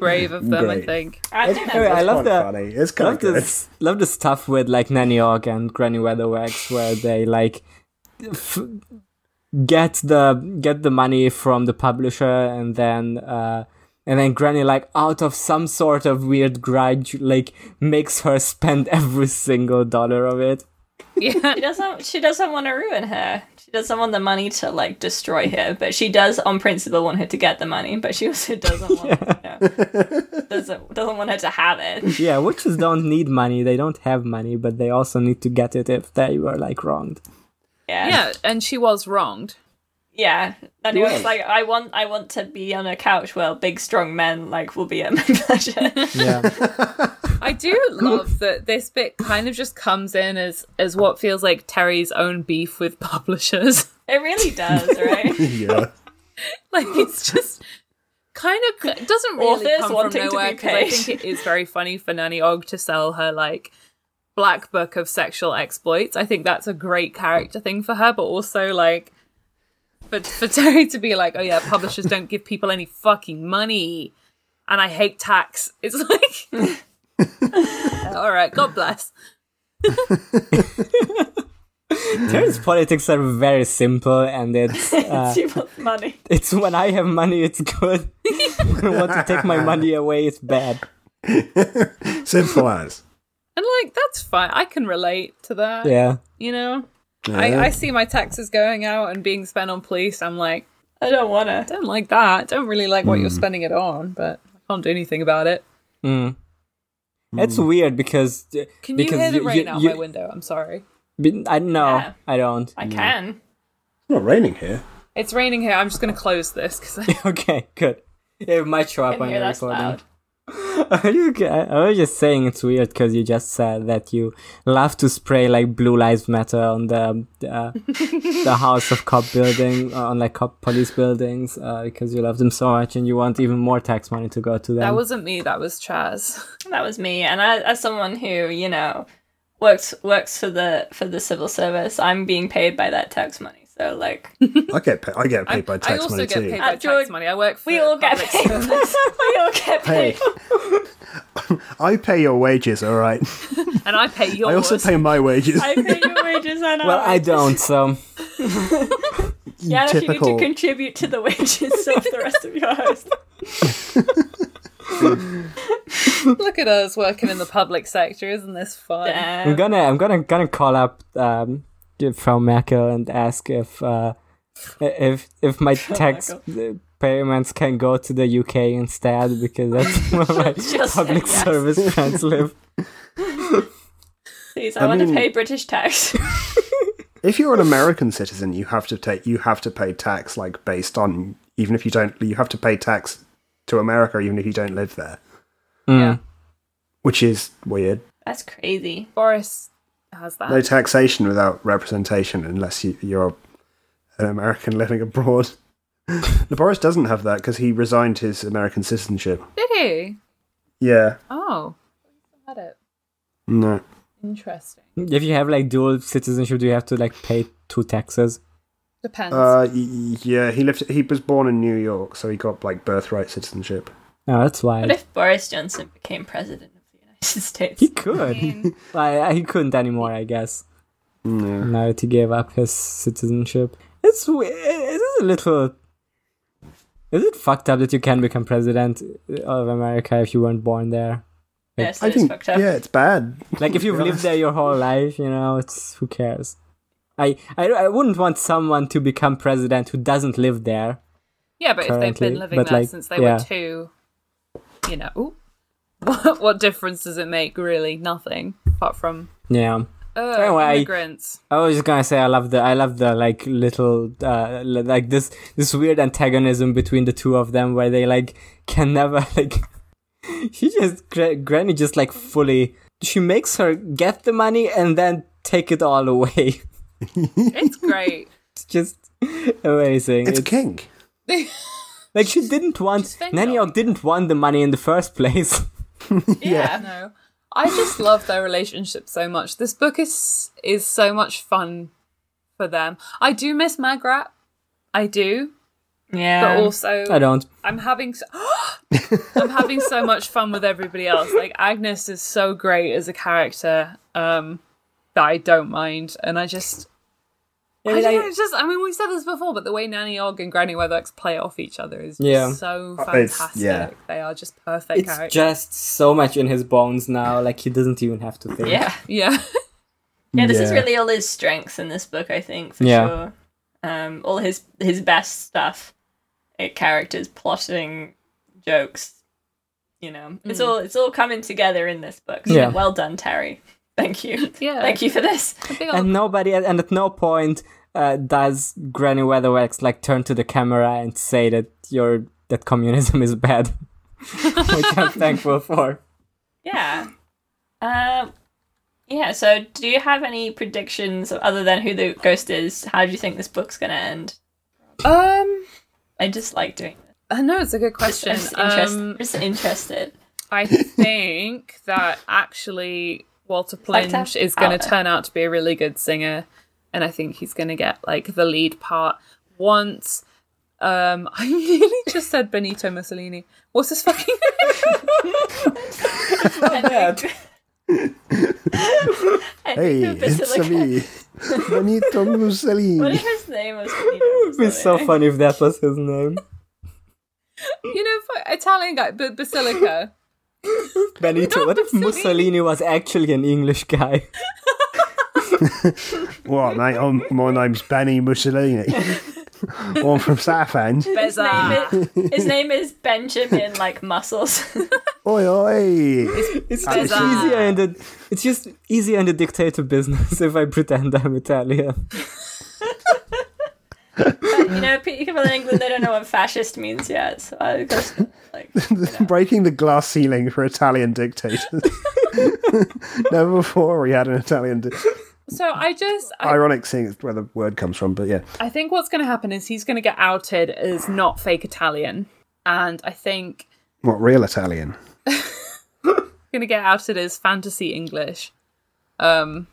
brave of them, I Great. think. I think Anyway, that's I That's love quite the funny. It's kind love of good. this love the stuff with like Nanny Ogg and Granny Weatherwax where they like f- get the get the money from the publisher and then uh and then Granny like out of some sort of weird grudge like makes her spend every single dollar of it. Yeah, She doesn't. She doesn't want to ruin her. She doesn't want the money to like destroy her, but she does, on principle, want her to get the money. But she also doesn't want yeah, doesn't doesn't want her to have it. Yeah, witches don't need money. They don't have money, but they also need to get it if they were like wronged. Yeah, yeah, and she was wronged. yeah. And it was Yeah. like, I want, I want to be on a couch where big, strong men like will be at my pleasure. Yeah. I do love that this bit kind of just comes in as as what feels like Terry's own beef with publishers. it really does, right? Yeah. like it's just kind of it doesn't really Authors come from wanting to be nowhere because I paid. think it is very funny for Nanny Og to sell her like black book of sexual exploits. I think that's a great character thing for her, but also like for for Terry to be like, oh yeah, publishers don't give people any fucking money, and I hate tax. It's like. All right, God bless. Terry's politics are very simple and it's she wants money. It's when I have money, it's good. when I want to take my money away, it's bad. Simple as. And like that's fine. I can relate to that. Yeah. You know? I, I see my taxes going out and being spent on police. I'm like, I don't want to. don't like that. Don't really like Hmm. what you're spending it on, but I can't do anything about it. Mm. It's weird because Can because you hear the rain out you- my window? I'm sorry. be- I no, Yeah. I don't. I can. It's not raining here. It's raining here. I'm just going to close this because I Okay, good. It might show I up can on hear the that's recording. loud. Are you g- I was just saying it's weird because you just said that you love to spray like blue lives matter on the uh, the house of cop building uh, on like cop police buildings uh, because you love them so much and you want even more tax money to go to them. that wasn't me. That was Chaz. That was me, and I, as someone who you know works works for the for the civil service, I'm being paid by that tax money. So like, I get pa- I get I, paid by I tax also money get too. paid Uh, by tax George, money. I work for we the all get public paid. service. we all get paid. Hey. I pay your wages, all right. and I pay yours. I also pay my wages. I pay your wages and well, I ours. don't. So. Yeah, if you need to typical. contribute to the wages of the rest of your house. Look at us working in the public sector. Isn't this fun? I'm Damn. gonna I'm gonna gonna call up um Frau Merkel and ask if uh if if my tax payments can go to the UK instead because that's where my Just say public yes. service friends live. Please, I, want to mean- pay British tax. if you're an American citizen, you have to take you have to pay tax like based on even if you don't you have to pay tax to America even if you don't live there, Yeah. Hmm. which is weird. That's crazy. Boris has that. Ah. No taxation without representation unless you, you're an American living abroad. now, Boris doesn't have that because he resigned his American citizenship. Did he? Yeah, Oh, had it. no. Interesting. Mm. If you have like dual citizenship, do you have to like pay two taxes? Depends. Uh, y- y- yeah, he lived. He was born in New York, so he got like birthright citizenship. Oh, that's What why if Boris Johnson became president of the United States? he could. Like, he couldn't anymore, I guess. Now that he gave up his citizenship, it's we- it is a little. Is it fucked up that you can become president of America if you weren't born there? Yes, I it's think. fucked up. Yeah, it's bad. Like if you've lived there your whole life, you know, it's who cares. I, I, I wouldn't want someone to become president who doesn't live there. Yeah, but if they've currently, been living but, there like, since they yeah. were two, you know, ooh. what what difference does it make? Really, nothing apart from Yeah. uh, Anyway, I- immigrants. I was just gonna say I love the I love the like little uh, li- like this this weird antagonism between the two of them where they like can never like she just Gra- Granny just like fully she makes her get the money and then take it all away. It's great. It's just amazing. It's, It's- king. like she didn't want spend it all. Nanyok didn't want the money in the first place. yeah. No. I just love their relationship so much. This book is is so much fun for them. I do miss Magrat. I do. But Yeah. also I don't. I'm having so- I'm having so much fun with everybody else. Like Agnes is so great as a character um that I don't mind and I just I, mean, don't I- know, it's just I mean we've said this before but the way Nanny Og and Granny Weatherx play off each other is Yeah. just so it's- fantastic. yeah. They are just perfect it's characters. just so much in his bones now. Like he doesn't even have to think. yeah. yeah. Yeah, this is Yeah. really all his strengths in this book, I think, for Yeah. sure. Um, all his his best stuff, eh, characters, plotting, jokes, you know, it's all it's all coming together in this book. So Yeah. well done, Terry. Thank you. Yeah. Thank you for this. Big old And nobody, and at no point uh, does Granny Weatherwax like turn to the camera and say that you're that communism is bad, which I'm thankful for. Yeah. Um. Yeah. So, do you have any predictions other than who the ghost is? How do you think this book's gonna end? Um, I just like doing. This. I know it's a good Just, question. I'm just, interest- Um, just interested. I think that actually Walter Like to Plynge have- is going out to there. turn out to be a really good singer, and I think he's going to get like the lead part once. Um, I nearly just said Benito Mussolini. What's his fucking name? I think Hey, a bit of, it's like, a me, Benito What Mussolini. if his name was It'd be so funny if that was his name, You know, fu- Italian guy, but Basilica. Benito. What if Mussolini was actually an English guy? What, mate? I'm, my name's Benny Mussolini. I'm from Southend. His name, Beza. is, his name is Benjamin, like muscles. Oi, oi. It's Ah, just it's- easier in the it's just easier in the dictator business if I pretend I'm Italian. you know, pe- people in England they don't know what fascist means yet. So I just like Breaking the glass ceiling for Italian dictators. Never before we had an Italian. Di- So I just, I Ironic seeing it's where the word comes from, but yeah. I think what's going to happen is he's going to get outed as not fake Italian, and I think What, real Italian? gonna get outed as fantasy English. Um,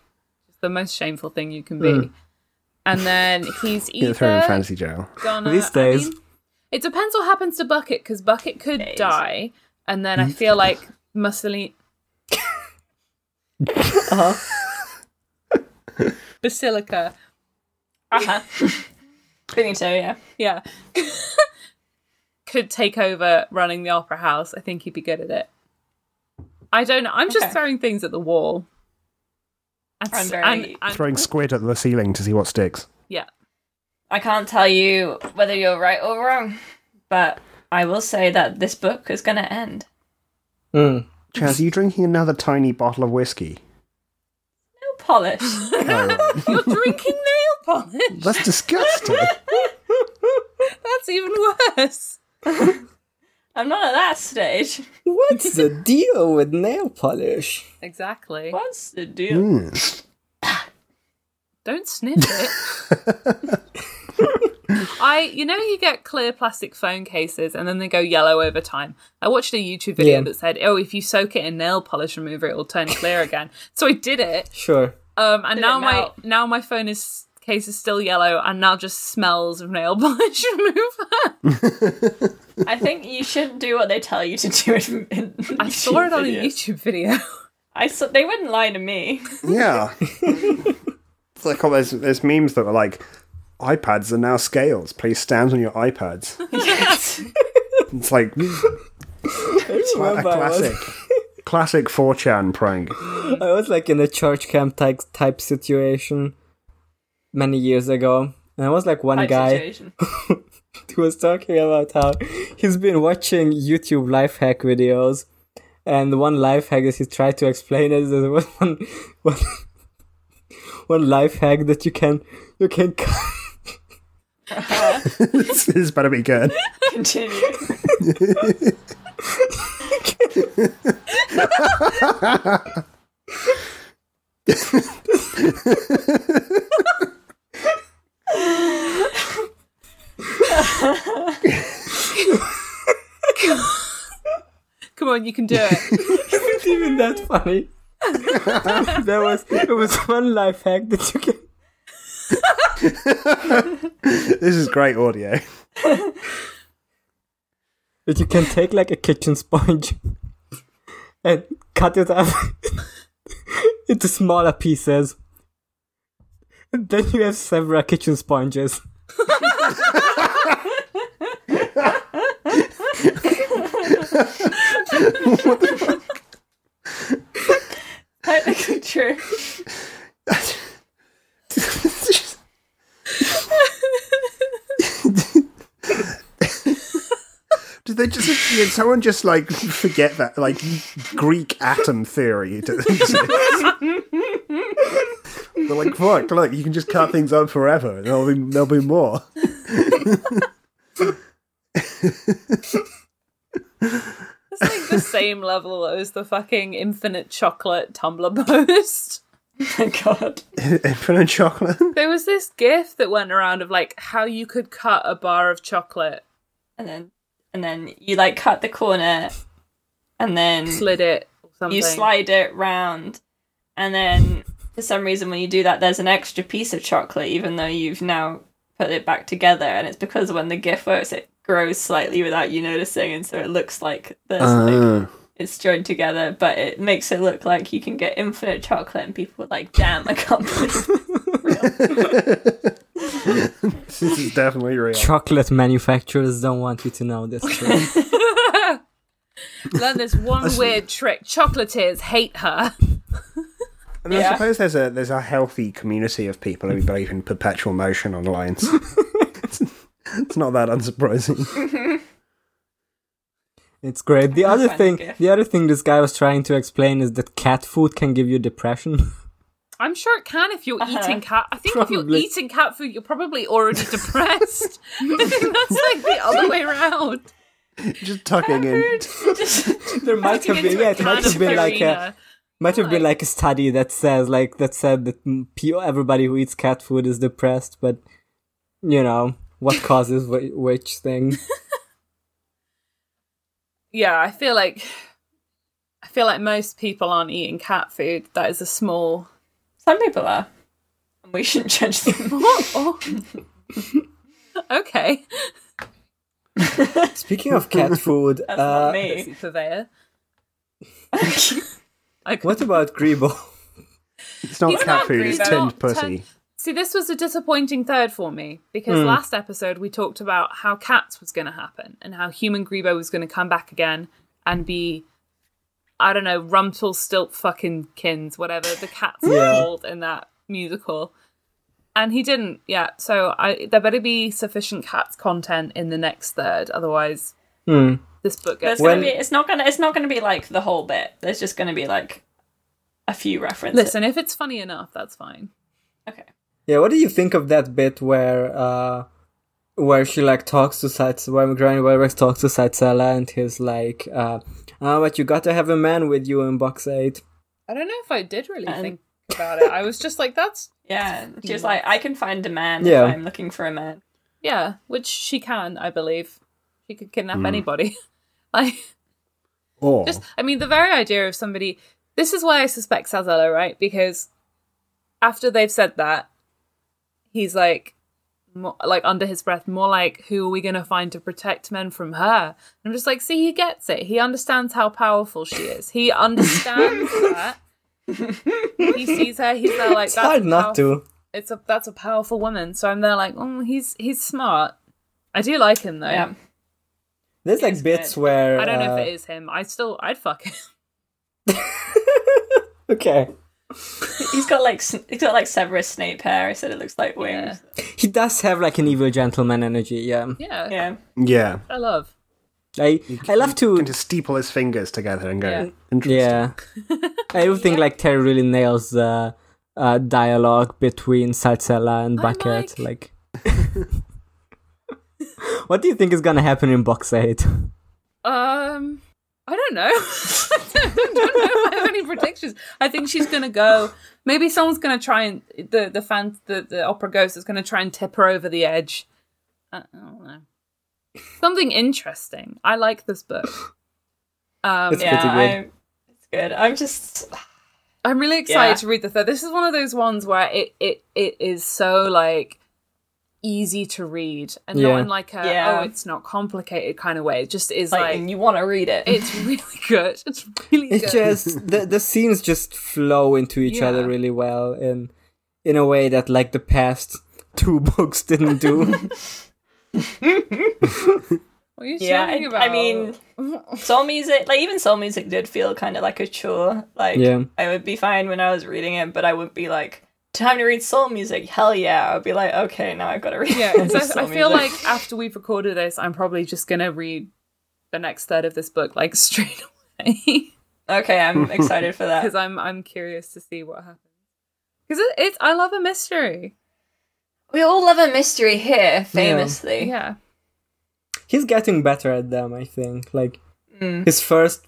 the most shameful thing you can be. Hmm. And then he's Get thrown in either fancy jail. gonna. These I days. mean, it depends what happens to Bucket because Bucket could die, and then I feel like Mussolini. Uh-huh. Basilica, Benito, Uh-huh. yeah. yeah, could take over running the opera house. I think he'd be good at it. I don't know. I'm just Okay. throwing things at the wall. And, I'm s- very- and- and- Throwing squid at the ceiling to see what sticks. yeah. I can't tell you whether you're right or wrong, but I will say that this book is going to end. Hmm. Mm. Chaz, are you drinking another tiny bottle of whiskey? No polish. Oh, You're drinking nail polish. that's disgusting. That's even worse. I'm not at that stage. What's the deal with nail polish? Exactly. What's the deal? Mm. Don't sniff it. I, you know, you get clear plastic phone cases and then they go yellow over time. I watched a YouTube video Yeah. that said, "Oh, if you soak it in nail polish remover, it will turn clear again." So I did it, Sure. um, and Did now it my melt? now my phone is case is still yellow and now just smells of nail polish remover. I think you should do what they tell you to do. In, in I saw it on a videos. YouTube video. I saw, they wouldn't lie to me. Yeah. it's like all those, those memes that were like, iPads are now scales. Please stand on your iPads. yes. It's like a Remember, I was- classic, classic 4chan prank. I was like in a church camp type type situation many years ago, and I was like one Type guy situation. who was talking about how he's been watching YouTube life hack videos, and the one life hack that he tried to explain is that there was one one, one life hack that you can you can cut- this this better be good. Continue. Come on, you can do it. It's even that funny. there was it was one life hack that you can. This is great audio. that you can take like a kitchen sponge and cut it up into smaller pieces. And then you have several kitchen sponges. Technically true. Did they just did someone just like forget that like Greek atom theory? to- They're like, fuck, look, you can just cut things up forever. and There'll be there'll be more. It's like the same level as the fucking infinite chocolate Tumblr post. Thank Oh God. Infinite chocolate. There was this gif that went around of like how you could cut a bar of chocolate, And then and then you like cut the corner and then Mm. slit it, or something. you slide it round and then for some reason when you do that there's an extra piece of chocolate even though you've now put it back together and it's because when the gif works it grows slightly without you noticing and so it looks like there's Uh. like Uh-huh. it's joined together but it makes it look like you can get infinite chocolate and people are like damn i can't believe this is definitely real. Chocolate manufacturers don't want you to know this. Trick. Learn this one weird trick. Chocolatiers hate her. I mean, I Yeah. suppose there's a there's a healthy community of people who believe in perpetual motion on lines. It's- it's not that unsurprising. It's great. The other find thing, the gift. the other thing this guy was trying to explain is that cat food can give you depression. I'm sure it can if you're eating cat. I think if you're Uh-huh. Probably. eating cat food, you're probably already depressed. I think that's like the other way around. Just tucking in. there might have been, yeah, it might have been like a, might have been like a study that says like that said that mm, pe- everybody who eats cat food is depressed, but you know what causes whi- which thing. yeah, I feel like I feel like most people aren't eating cat food. That is a small. some people are and we shouldn't judge them Oh, okay. Speaking of cat food, that's not uh, me Purveyor. I what about Grebo? It's not He's cat not food; green, it's though. tinned Not pussy. Hmm. See, this was a disappointing third for me because last episode we talked about how cats was going to happen and how human Grebo was going to come back again and be, I don't know, Rumtle Stilt fucking Kins, whatever the cats are called in that musical. And he didn't yet, so I, there better be sufficient cats content in the next third, otherwise Hmm. this book There's gets. gonna be it's not gonna it's not gonna be like the whole bit. There's just gonna be like a few references. Listen, if it's funny enough, that's fine. Okay. Yeah, what do you think of that bit where uh where she like talks to Sats where Granny Wilrex talks to Satsala and he's like, uh ah, but you gotta have a man with you in box eight. I don't know if I did really And- think about it. I was just like, that's Yeah. She was like, I can find a man Yeah. if I'm looking for a man. Yeah, which she can, I believe. She could kidnap Hmm. anybody. like, Or just, I mean, the very idea of somebody. This is why I suspect Sazella, right? Because after they've said that, he's like, more, like under his breath, more like, "Who are we going to find to protect men from her?" And I'm just like, see, he gets it. He understands how powerful she is. He understands that. he sees her. He's there, like, It's that's hard not powerful to. it's a that's a powerful woman. So I'm there like, oh, he's he's smart. I do like him though. Yeah. There's like bits where I don't know uh, if it is him. I still I'd fuck him. Okay. He's got like sn- he's got like Severus Snape hair. I said it looks like wings. He does have like an evil gentleman energy, yeah. Yeah, Yeah. yeah, I love. I I love you to can just steeple his fingers together and go. Yeah. Interesting. Yeah. I do think like Terry really nails the uh, dialogue between Salsella and Hi, Bucket. Mike. Like, what do you think is gonna happen in box eight? Um, I don't know. I don't know if I have any predictions. I think she's gonna go. Maybe someone's gonna try and the the fan the, the opera ghost is gonna try and tip her over the edge. I, I don't know. Something interesting. I like this book. Um, It's yeah, pretty good. I'm, it's good. I'm just I'm really excited Yeah. to read the third. This is one of those ones where it it, it is so like easy to read and Yeah. not in like a Yeah. oh it's not complicated kind of way. It just is like, like, and you want to read it. it's really good. It's really It good. just the the scenes just flow into each Yeah. other really well in in a way that like the past two books didn't do. what are you yeah, chatting I- about? I mean, soul music, like even soul music, did feel kind of like a chore. Like Yeah. I would be fine when I was reading it, but I would be like, time to read soul music. Hell yeah! I'd be like, okay, now I've got to read. Yeah, all this so I soul feel music." like after we've recorded this, I'm probably just gonna read the next third of this book like straight away okay, I'm excited for that. because I'm I'm curious to see what happens. Because it, it's I love a mystery. We all love a mystery here, famously. Yeah, He's getting better at them, I think. Like Hmm. his first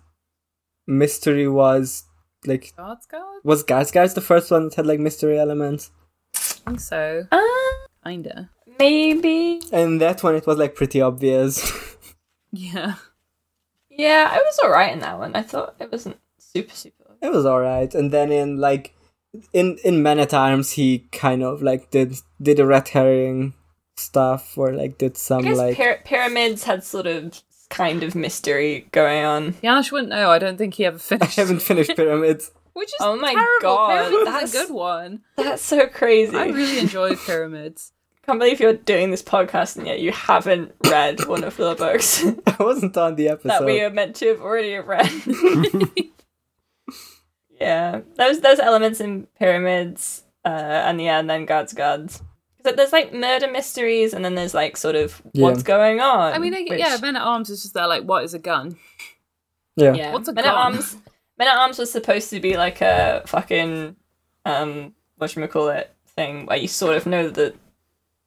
mystery was like God's God. was Guys the first one that had like mystery elements, I think so. Uh, Kinda. maybe. and that one it was like pretty obvious. Yeah. Yeah, I was alright in that one. I thought it wasn't super super. it was all right and then in like in in man at arms he kind of like did did a red herring stuff or like did some I guess like pyra- pyramids had sort of kind of mystery going on. Janusz wouldn't know. I don't think he ever i finished. haven't finished pyramids Which is Oh my terrible. God, Pyramids that's- is a good one. That's so crazy. I really enjoyed pyramids. can't believe you're doing this podcast and yet you haven't read one of the books i wasn't on the that episode we are meant to have already read. yeah, those those elements in pyramids uh, and yeah, and then God's gods. So there's like murder mysteries, and then there's like sort of Yeah. what's going on. I mean, I, which- yeah, Men at Arms is just there, like, what is a gun? yeah. yeah. What's a Men at gun? Arms? Men at Arms was supposed to be like a fucking um, what call it thing where you sort of know the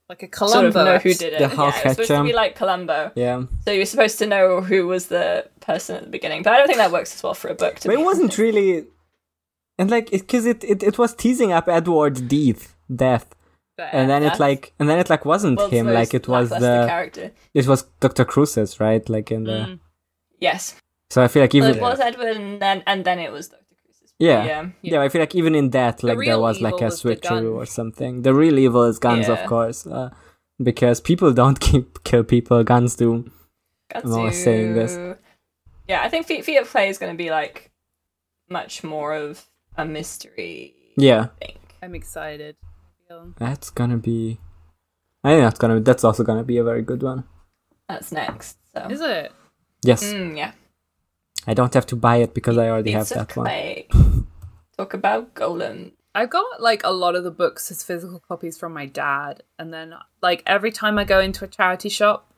Like a sort Columbo. of know who did it. The yeah, it's supposed to Hawkatcher. be like Columbo. yeah So you're supposed to know who was the person at the beginning, but I don't think that works as well for a book. To but be it wasn't really and like because it, it it was teasing up edward death death and then it Death. like and then it like wasn't world's him most like it was lackluster the character. it was dr cruces right like in the Mm. Yes, so i feel like well, even it was Edward, and then and then it was Doctor Cruises. Yeah. yeah, Yeah, I feel like even in that, like there real was like evil a is the gun. switcheroo or something. The real evil is guns, Yeah. of course, uh, because people don't keep kill people. Guns do. I'm always Gatsu. saying this. Yeah, I think Feet Feet of Play is going to be like much more of a mystery. Yeah, I think. I'm excited. Um, that's gonna be. I think that's gonna. That's also gonna be a very good one. That's next. So Is it? Yes, Mm, yeah, I don't have to buy it because I already have Feet of that one. Clay. Talk about Golem. I've got like a lot of the books as physical copies from my dad, and then like every time I go into a charity shop,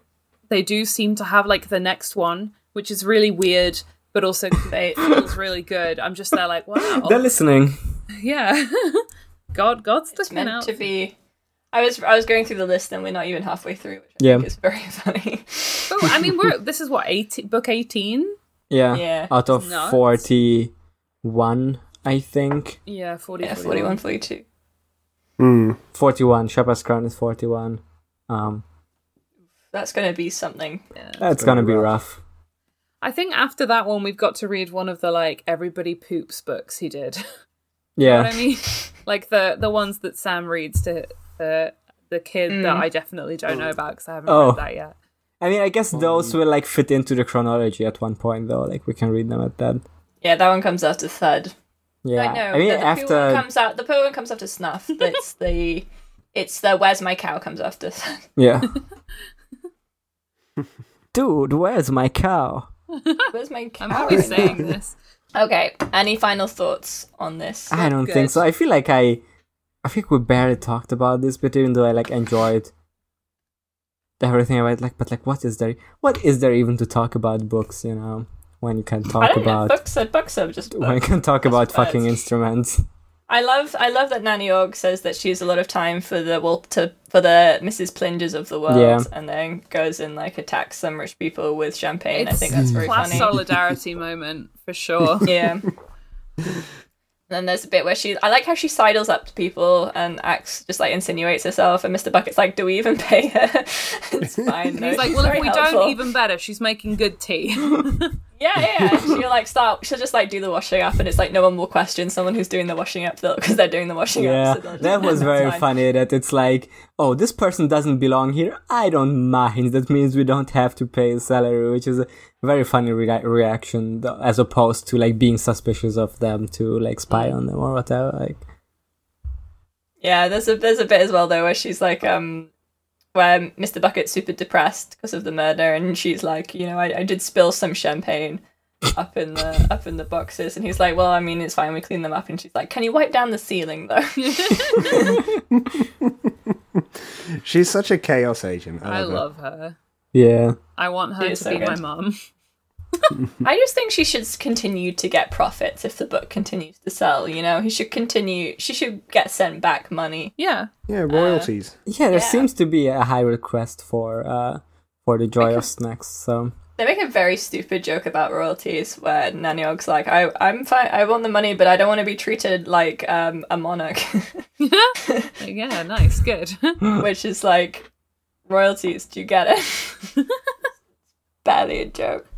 they do seem to have like the next one, which is really weird, but also it feels really good. I'm just there like, wow, Oh. They're listening. yeah, God, God's It's looking meant out. to be. I was I was going through the list and we're not even halfway through, which I Yeah. think is very funny. Oh, I mean, we're this is what eighteen book eighteen. Yeah. Yeah. Out of Nuts. forty-one, I think Yeah, forty. yeah, 41. 41, 42. Hmm. forty-one. Shepard's Crown is forty-one. Um, That's going to be something. that's gonna be rough. I think after that one, we've got to read one of the like everybody poops books he did. Yeah. what I mean? Like the the ones that Sam reads to the the kid Mm. that I definitely don't know about because I haven't Oh. read that yet. I mean, I guess those will like fit into the chronology at one point, though. Like we can read them at that. Yeah, that one comes after third. Yeah, I know. mean, the, the poo one after comes out. The poo one comes after snuff. That's the. It's the where's my cow comes after. yeah. Dude, where's my cow? where's my cow? I'm always right now? saying this. Okay. Any final thoughts on this? I don't good. think so. I feel like I, I think we barely talked about this, but even though I like enjoyed everything about, it, like, but like, what is there? What is there even to talk about books? You know, when you can I talk don't know. about Oh Books are books are just. when you Books. can talk about That's- fucking instruments. I love I love that Nanny Org says that she has a lot of time for the well to for the Mrs. Plingers of the world Yeah. and then goes and like attacks some rich people with champagne. I It's think that's very class funny. solidarity moment for sure. Yeah. and then there's a bit where she I like how she sidles up to people and acts just like insinuates herself and Mr. Bucket's like, Do we even pay her? it's fine. no, He's like, she's well, if very we helpful." don't, even better. She's making good tea. Yeah, yeah. and She'll like start she'll just like do the washing up and it's like no one will question someone who's doing the washing up because they're doing the washing Yeah, up. so they'll just- that was that's very fine. funny. That it's like, oh, this person doesn't belong here. I don't mind. That means we don't have to pay a salary, which is a very funny rea- reaction, tho- as opposed to like being suspicious of them to like spy Mm. on them or whatever. Like, Yeah, there's a there's a bit as well though where she's like, um, where Mr. Bucket's super depressed because of the murder, and she's like, you know, I, I did spill some champagne up in the up in the boxes, and he's like, well, I mean, it's fine, we clean them up, and she's like, can you wipe down the ceiling though? She's such a chaos agent. I her. love her. yeah, I want her She to is so be my good. mum. I just think she should continue to get profits if the book continues to sell. You know, he should continue. She should get sent back money. Yeah. Yeah, royalties. yeah. There Yeah. seems to be a high request for uh for the joy of snacks. So They make a very stupid joke about royalties where Nanyog's like, I, I'm fine, I want the money, but I don't want to be treated like um, a monarch. Yeah, nice. Good. which is like royalties. Do you get it? Barely a joke.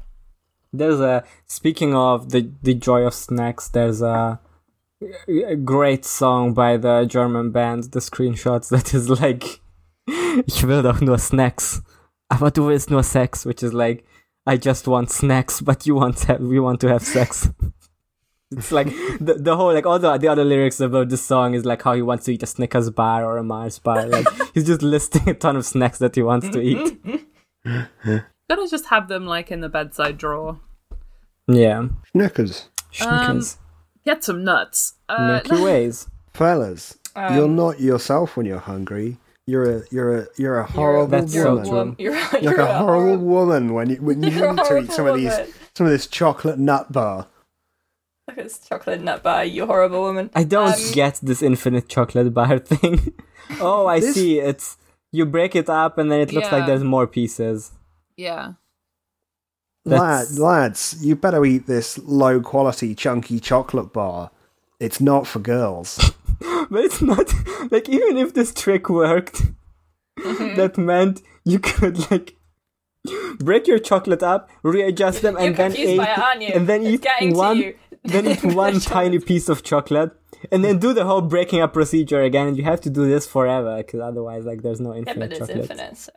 there's a speaking of the the joy of snacks. There's a a great song by the German band, the screenshots that is like Ich will doch nur snacks. Aber du willst nur Sex, which is like I just want snacks, but you want to we want to have sex. it's like the, the whole like all the, the other lyrics about the song is like how he wants to eat a Snickers bar or a Mars bar. Like he's just listing a ton of snacks that he wants to eat. Gotta just have them like in the bedside drawer. Yeah. Knickers. Snickers. Get some nuts. Uh, Milky Ways. Fellas, you're not yourself when you're hungry. You're a you're a you're a horrible That's so woman. true. Wom- you're, You're you're like a horrible woman when you when you You're a need to eat some of horrible these woman. some of this chocolate nut bar. Look, it's chocolate nut bar. You horrible woman. I don't Um, get this infinite chocolate bar thing. oh, I see. It's you break it up and then it looks like Yeah. there's more pieces. yeah. Lad, That's- lads, you better eat this low quality chunky chocolate bar. It's not for girls. But it's not like even if this trick worked, Mm-hmm. that meant you could like break your chocolate up, readjust them, You're and then confused eat, by it, aren't you? and then It's eat getting to one, you. then eat one tiny piece of chocolate, and then do the whole breaking up procedure again. And you have to do this forever because otherwise, like, there's no Yeah, infinite but it's chocolate. infinite. So.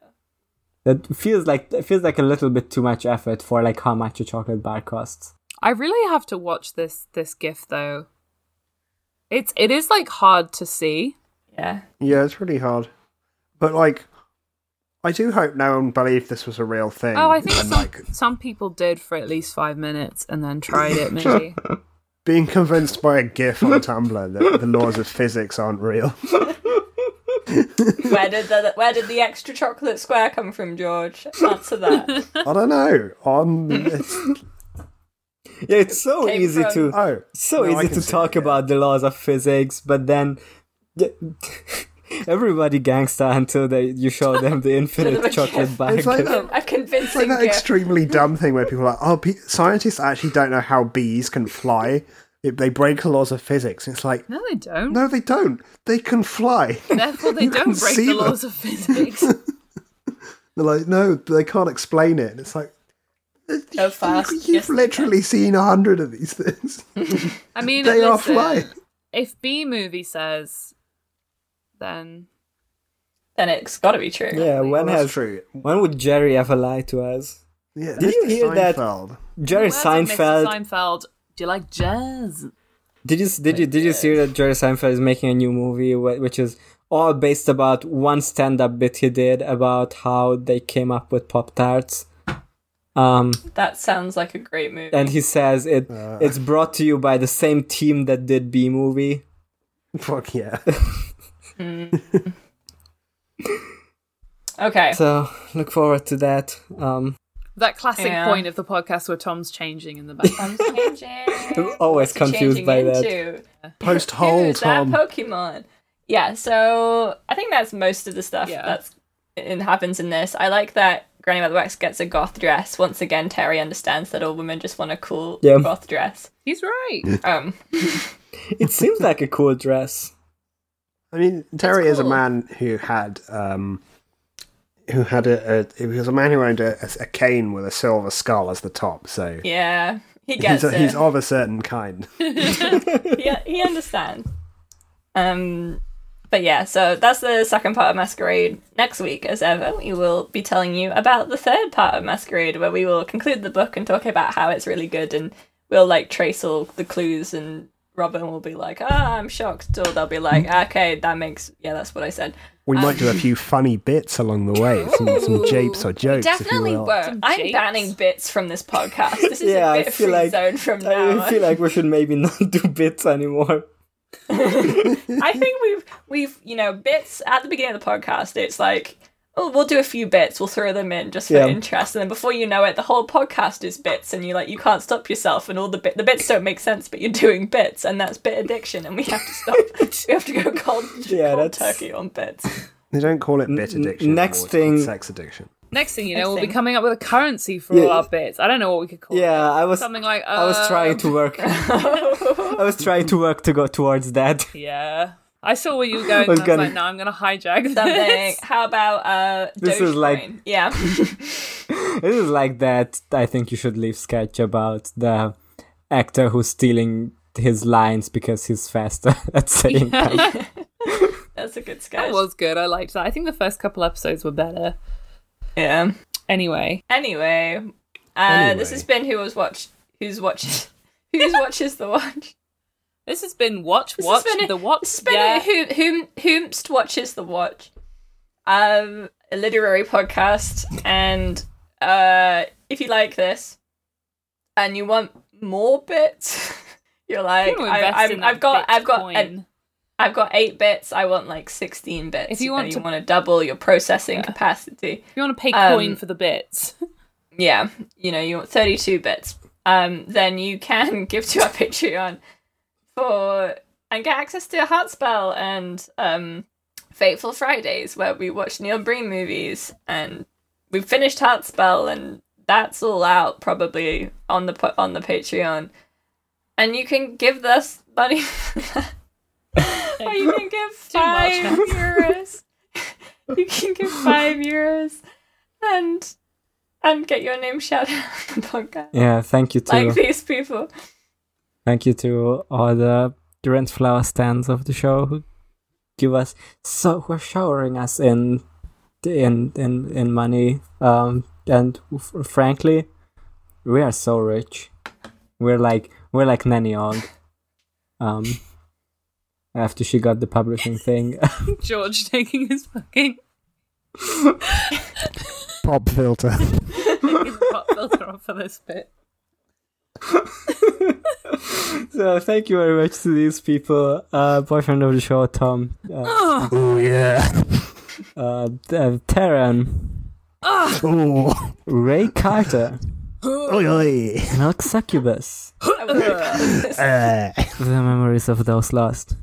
That feels like it feels like a little bit too much effort for like how much a chocolate bar costs. I really have to watch this this gif though. It's it is like hard to see. Yeah. yeah, it's really hard. But like, I do hope no one believed this was a real thing. Oh, I think and some, like some people did for at least five minutes and then tried it maybe. being convinced by a GIF on Tumblr that the laws of physics aren't real. Where did the where did the extra chocolate square come from, George? Answer that. I don't know. On it's, Yeah, it's so Came easy from- to oh, so no, I easy can to see talk it, yeah. about the laws of physics, but then d- everybody gangsta until they you show them the infinite chocolate bar. It's like gift. that, A it's like convincing that gift. extremely dumb thing where people are like, oh, pe- scientists actually don't know how bees can fly. It, they break the laws of physics. It's like, No, they don't. no, they don't. They can fly. Therefore, they can don't break see the them. laws of physics. They're like, no, they can't explain it. And it's like, So fast. you've yes, they can. literally seen a hundred of these things. I mean, they are listen, flying. If B movie says, then Then it's got to be true. yeah, when That's has true. when would Jerry ever lie to us? Yeah, Did you Mr. hear that- Seinfeld. Jerry Where's a Mr. Seinfeld. Seinfeld. Do you like jazz? Did you did you did you see that Jerry Seinfeld is making a new movie wh- which is all based about one stand up bit he did about how they came up with Pop Tarts. Um That sounds like a great movie. and he says it it's brought to you by the same team that did B movie. Fuck yeah. Okay. So look forward to that. Um That classic Yeah. point of the podcast where Tom's changing in the background. I'm changing. always What's it confused changing by that. into? Post hole, Who's that Tom. Pokemon? Yeah, so I think that's most of the stuff Yeah. that's it happens in this. I like that Granny Mother Wax gets a goth dress. Once again, Terry understands that all women just want a cool Yeah. goth dress. He's right. Um, It seems like a cool dress. I mean, Terry is a cool. man who had um, who had a, a he was a man who owned a, a, a cane with a silver skull as the top. So yeah, he gets he's it. he's of a certain kind. he, he understands. Um, but yeah, so that's the second part of Masquerade. Next week, as ever, we will be telling you about the third part of Masquerade, where we will conclude the book and talk about how it's really good, and we'll like trace all the clues, and Robin will be like, "Ah, I'm shocked," or they'll be like, Mm. "Okay, that makes yeah, that's what I said." We might do a few funny bits along the way, some, some japes or jokes. if you Definitely will. won't. Some I'm japes. banning bits from this podcast. This is Yeah, a I bit free feel like- zone from now. I on. feel like we should maybe not do bits anymore. I think we've we've you know bits at the beginning of the podcast. It's like oh we'll do a few bits, we'll throw them in just for Yeah. interest, and then before you know it, the whole podcast is bits, and you like you can't stop yourself, and all the bit the bits don't make sense, but you're doing bits, and that's bit addiction, and we have to stop. we have to go cold, Yeah, cold that's- turkey on bits. They don't call it bit N- n- addiction. next or thing- sex addiction. Next thing you know, Next we'll be thing. coming up with a currency for all Yeah. our bits. I don't know what we could call it. Yeah, I was Something like uh, I was trying to work. I was trying to work to go towards that. Yeah. I saw where you were going. I and was I was gonna- like, no, I'm going to hijack Something. this. How about uh? This is like- Dogecoin? yeah. This is like that. I think you should leave sketch about the actor who's stealing his lines because he's faster at saying. them. That's a good sketch. That was good. I liked that. I think the first couple episodes were better. Yeah. Anyway, Anyway, uh, this Anyway. has been who was watch who's watches who's watches the watch. this has been Watch This Watch has been a- the Watch. This has been yeah. a who, whom, whomst watches the watch, um, a literary podcast, and uh, if you like this, and you want more bits, you're I'm like gonna I, invest in I'm, that I've got I've got um, Bitcoin. an, I've got eight bits. I want like sixteen bits. If you know, want to- you want to double your processing capacity. if you want to pay um, coin for the bits. yeah, you know, you want 32 bits, um, then you can give to our Patreon for and get access to Heart Spell and um, Fateful Fridays, where we watch Neil Breen movies. And we finished Heart Spell, and that's all out probably on the pa- on the Patreon. And you can give us money. for that. or you can give five much. euros. you can give five euros, and and get your name shouted out on the podcast. yeah, thank you to Like these people. thank you to all the rent flower stands of the show who give us so who are showering us in in in in money. Um, and f- frankly, we are so rich. We're like we're like Nanny Og. Um, after she got the publishing thing. George taking his fucking Pop filter. his pop filter off for this bit. So thank you very much to these people. Uh, boyfriend of the show, Tom. Uh, oh yeah. uh, uh, Taryn. Oh. Ray Carter. Oi, oi. Milk Succubus. Uh, The memories of those lost.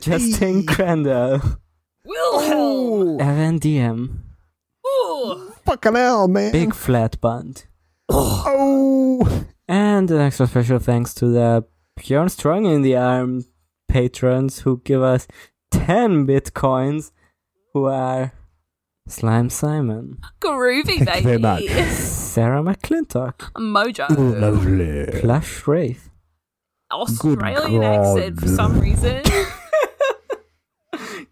Justin Crandall. Oh. Wilhelm. Evan DM. Ooh. fucking hell, man. Big Flat Band. Oh. And an extra special thanks to the Bjorn Strong in the Arm patrons who give us 10 bitcoins, who are Slime Simon, Groovy, Thank you baby. very much. Sarah McClintock, Mojo. Lovely. Plush Wraith, Australian accent for some reason.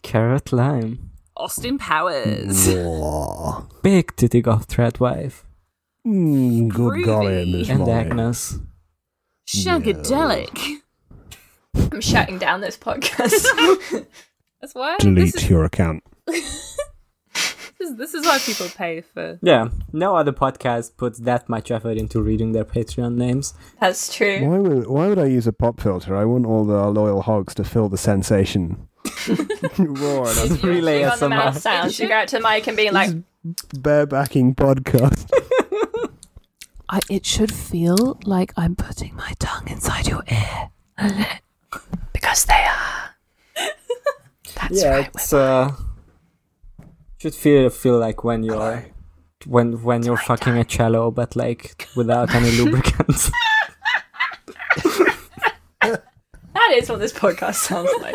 Carrot Lime, Austin Powers. Mm, Big Titty Goth Threadwife, Groovy. Mm, good golly, Miss and Molly. Agnes. Shagadelic. I'm shutting down this podcast. That's why Delete this is, your account. this is this is why people pay for Yeah, no other podcast puts that much effort into reading their Patreon names. That's true. Why would Why would I use a pop filter? I want all the loyal hogs to feel the sensation. Roar and Relay Big on the SMR. mouth sounds. You go out to the mic and be like, barebacking podcast. I, it should feel like I'm putting my tongue inside your ear. Because they are. That's yeah, right. it's uh, should feel feel like when you're when when you're fucking a cello, but like without any lubricants. That is what this podcast sounds like.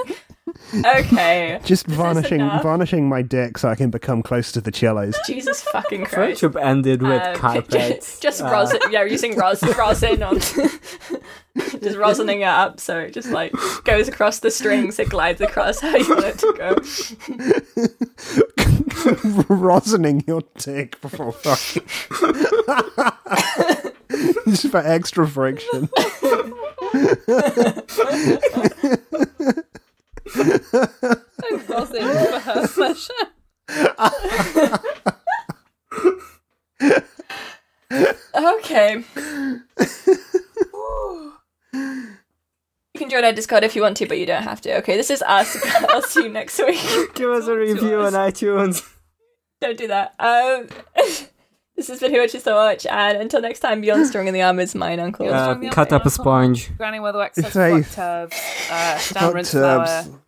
okay. Just varnishing, enough? varnishing my dick so I can become close to the cellos. Jesus fucking Christ. Friendship ended with Um, carpets. Uh. just just rosin, yeah, using rosin, rosin on, just rosining it up, so it just like goes across the strings, it glides across how you want it to go. Rosining your dick before fucking. Just for extra friction. Rosin for her pleasure. Okay. You can join our Discord if you want to, but you don't have to. Okay, this is us. I'll see you next week. Give us a review on iTunes. Don't do that. Um, this has been Who Watches So Much, and until next time, Beyond Strong in the Arm is mine, Uncle. Uh, cut up a sponge. Granny Weatherwax says Hey. fuck turbs. Uh, down Fuck rinse turbs. flower.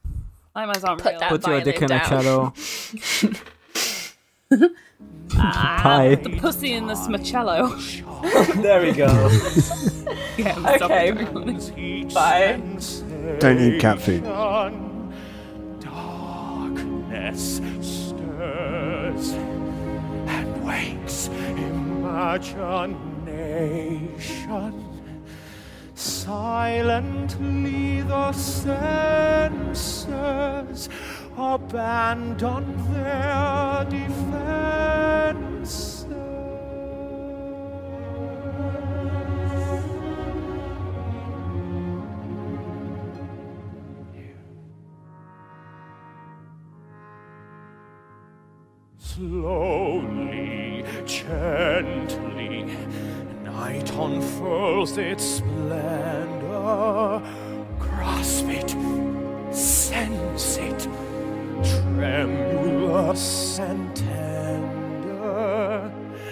Nightmares aren't Put real. that- Put your dick in a Violin down. cello. Hi. The pussy in the smicello. There we go. yeah, I'm sorry, Okay. everyone. Bye. Don't eat cat food. Darkness stirs and wakes imagination. Silently the senses abandon their defenses. Slowly, gently, night unfurls its splendor. Grasp it, sense it, tremulous and tender.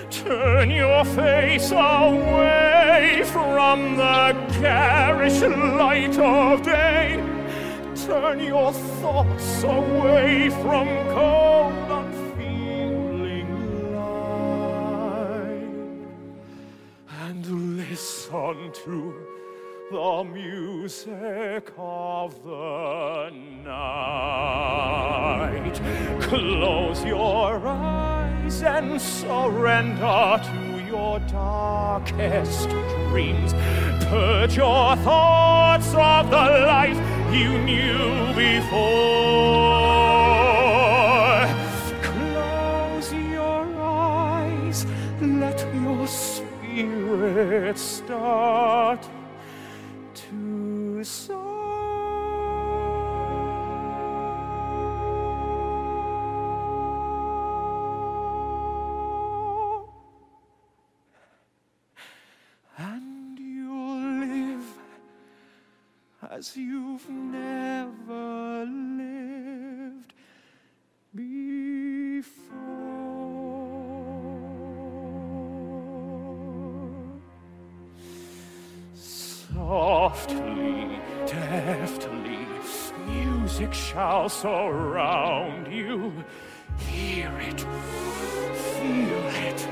Turn your face away from the garish light of day. Turn your thoughts away from cold, unfeeling line and listen to the music of the night. Close your eyes and surrender to your darkest dreams. Purge your thoughts of the life you knew before. Close your eyes, let your spirit start to soar. And you'll live as you've never lived before. Softly, deftly, music shall surround you. Hear it, feel it,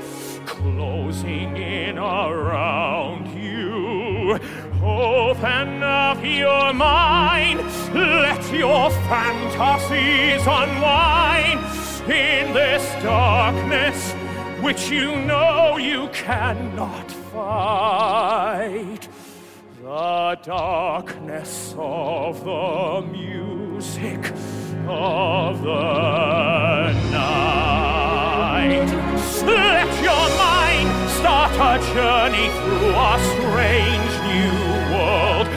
closing in around you. Open up your mind, let your fantasies unwind in this darkness which you know you cannot fight. The darkness of the music of the night. Let your mind start a journey through a strange new world.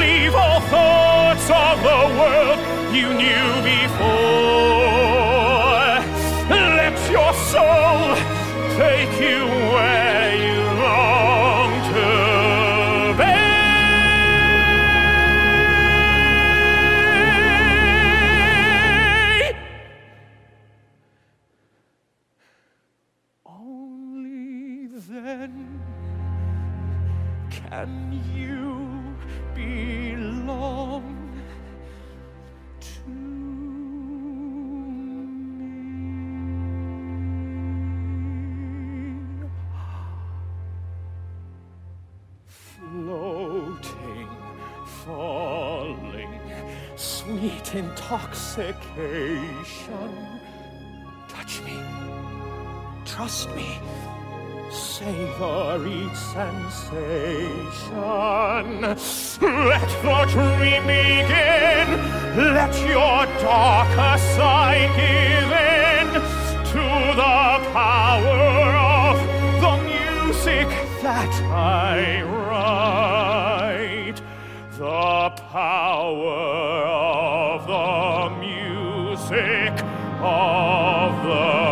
Leave all thoughts of the world you knew before. Let your soul take you where you long to be. Only then and you belong to me. Floating, falling, sweet intoxication. Touch me. Trust me. Savor each sensation. Let the dream begin. Let your darker side give in to the power of the music that I write. The power of the music of the night.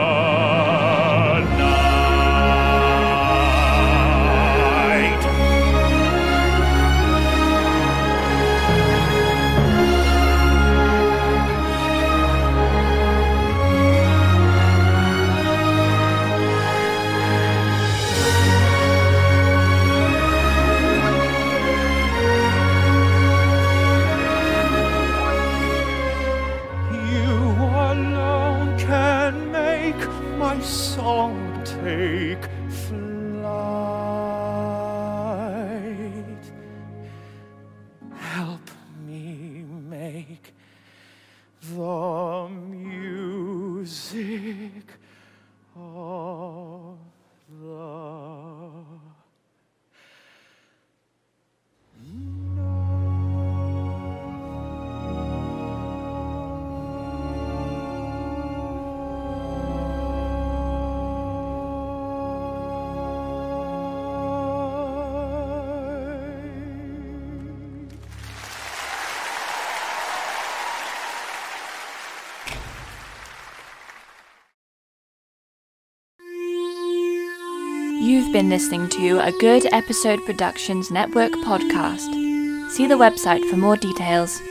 You alone can make my song take flight. Help me make the music of the night. You've been listening to a Good Episode Productions Network podcast. See the website for more details.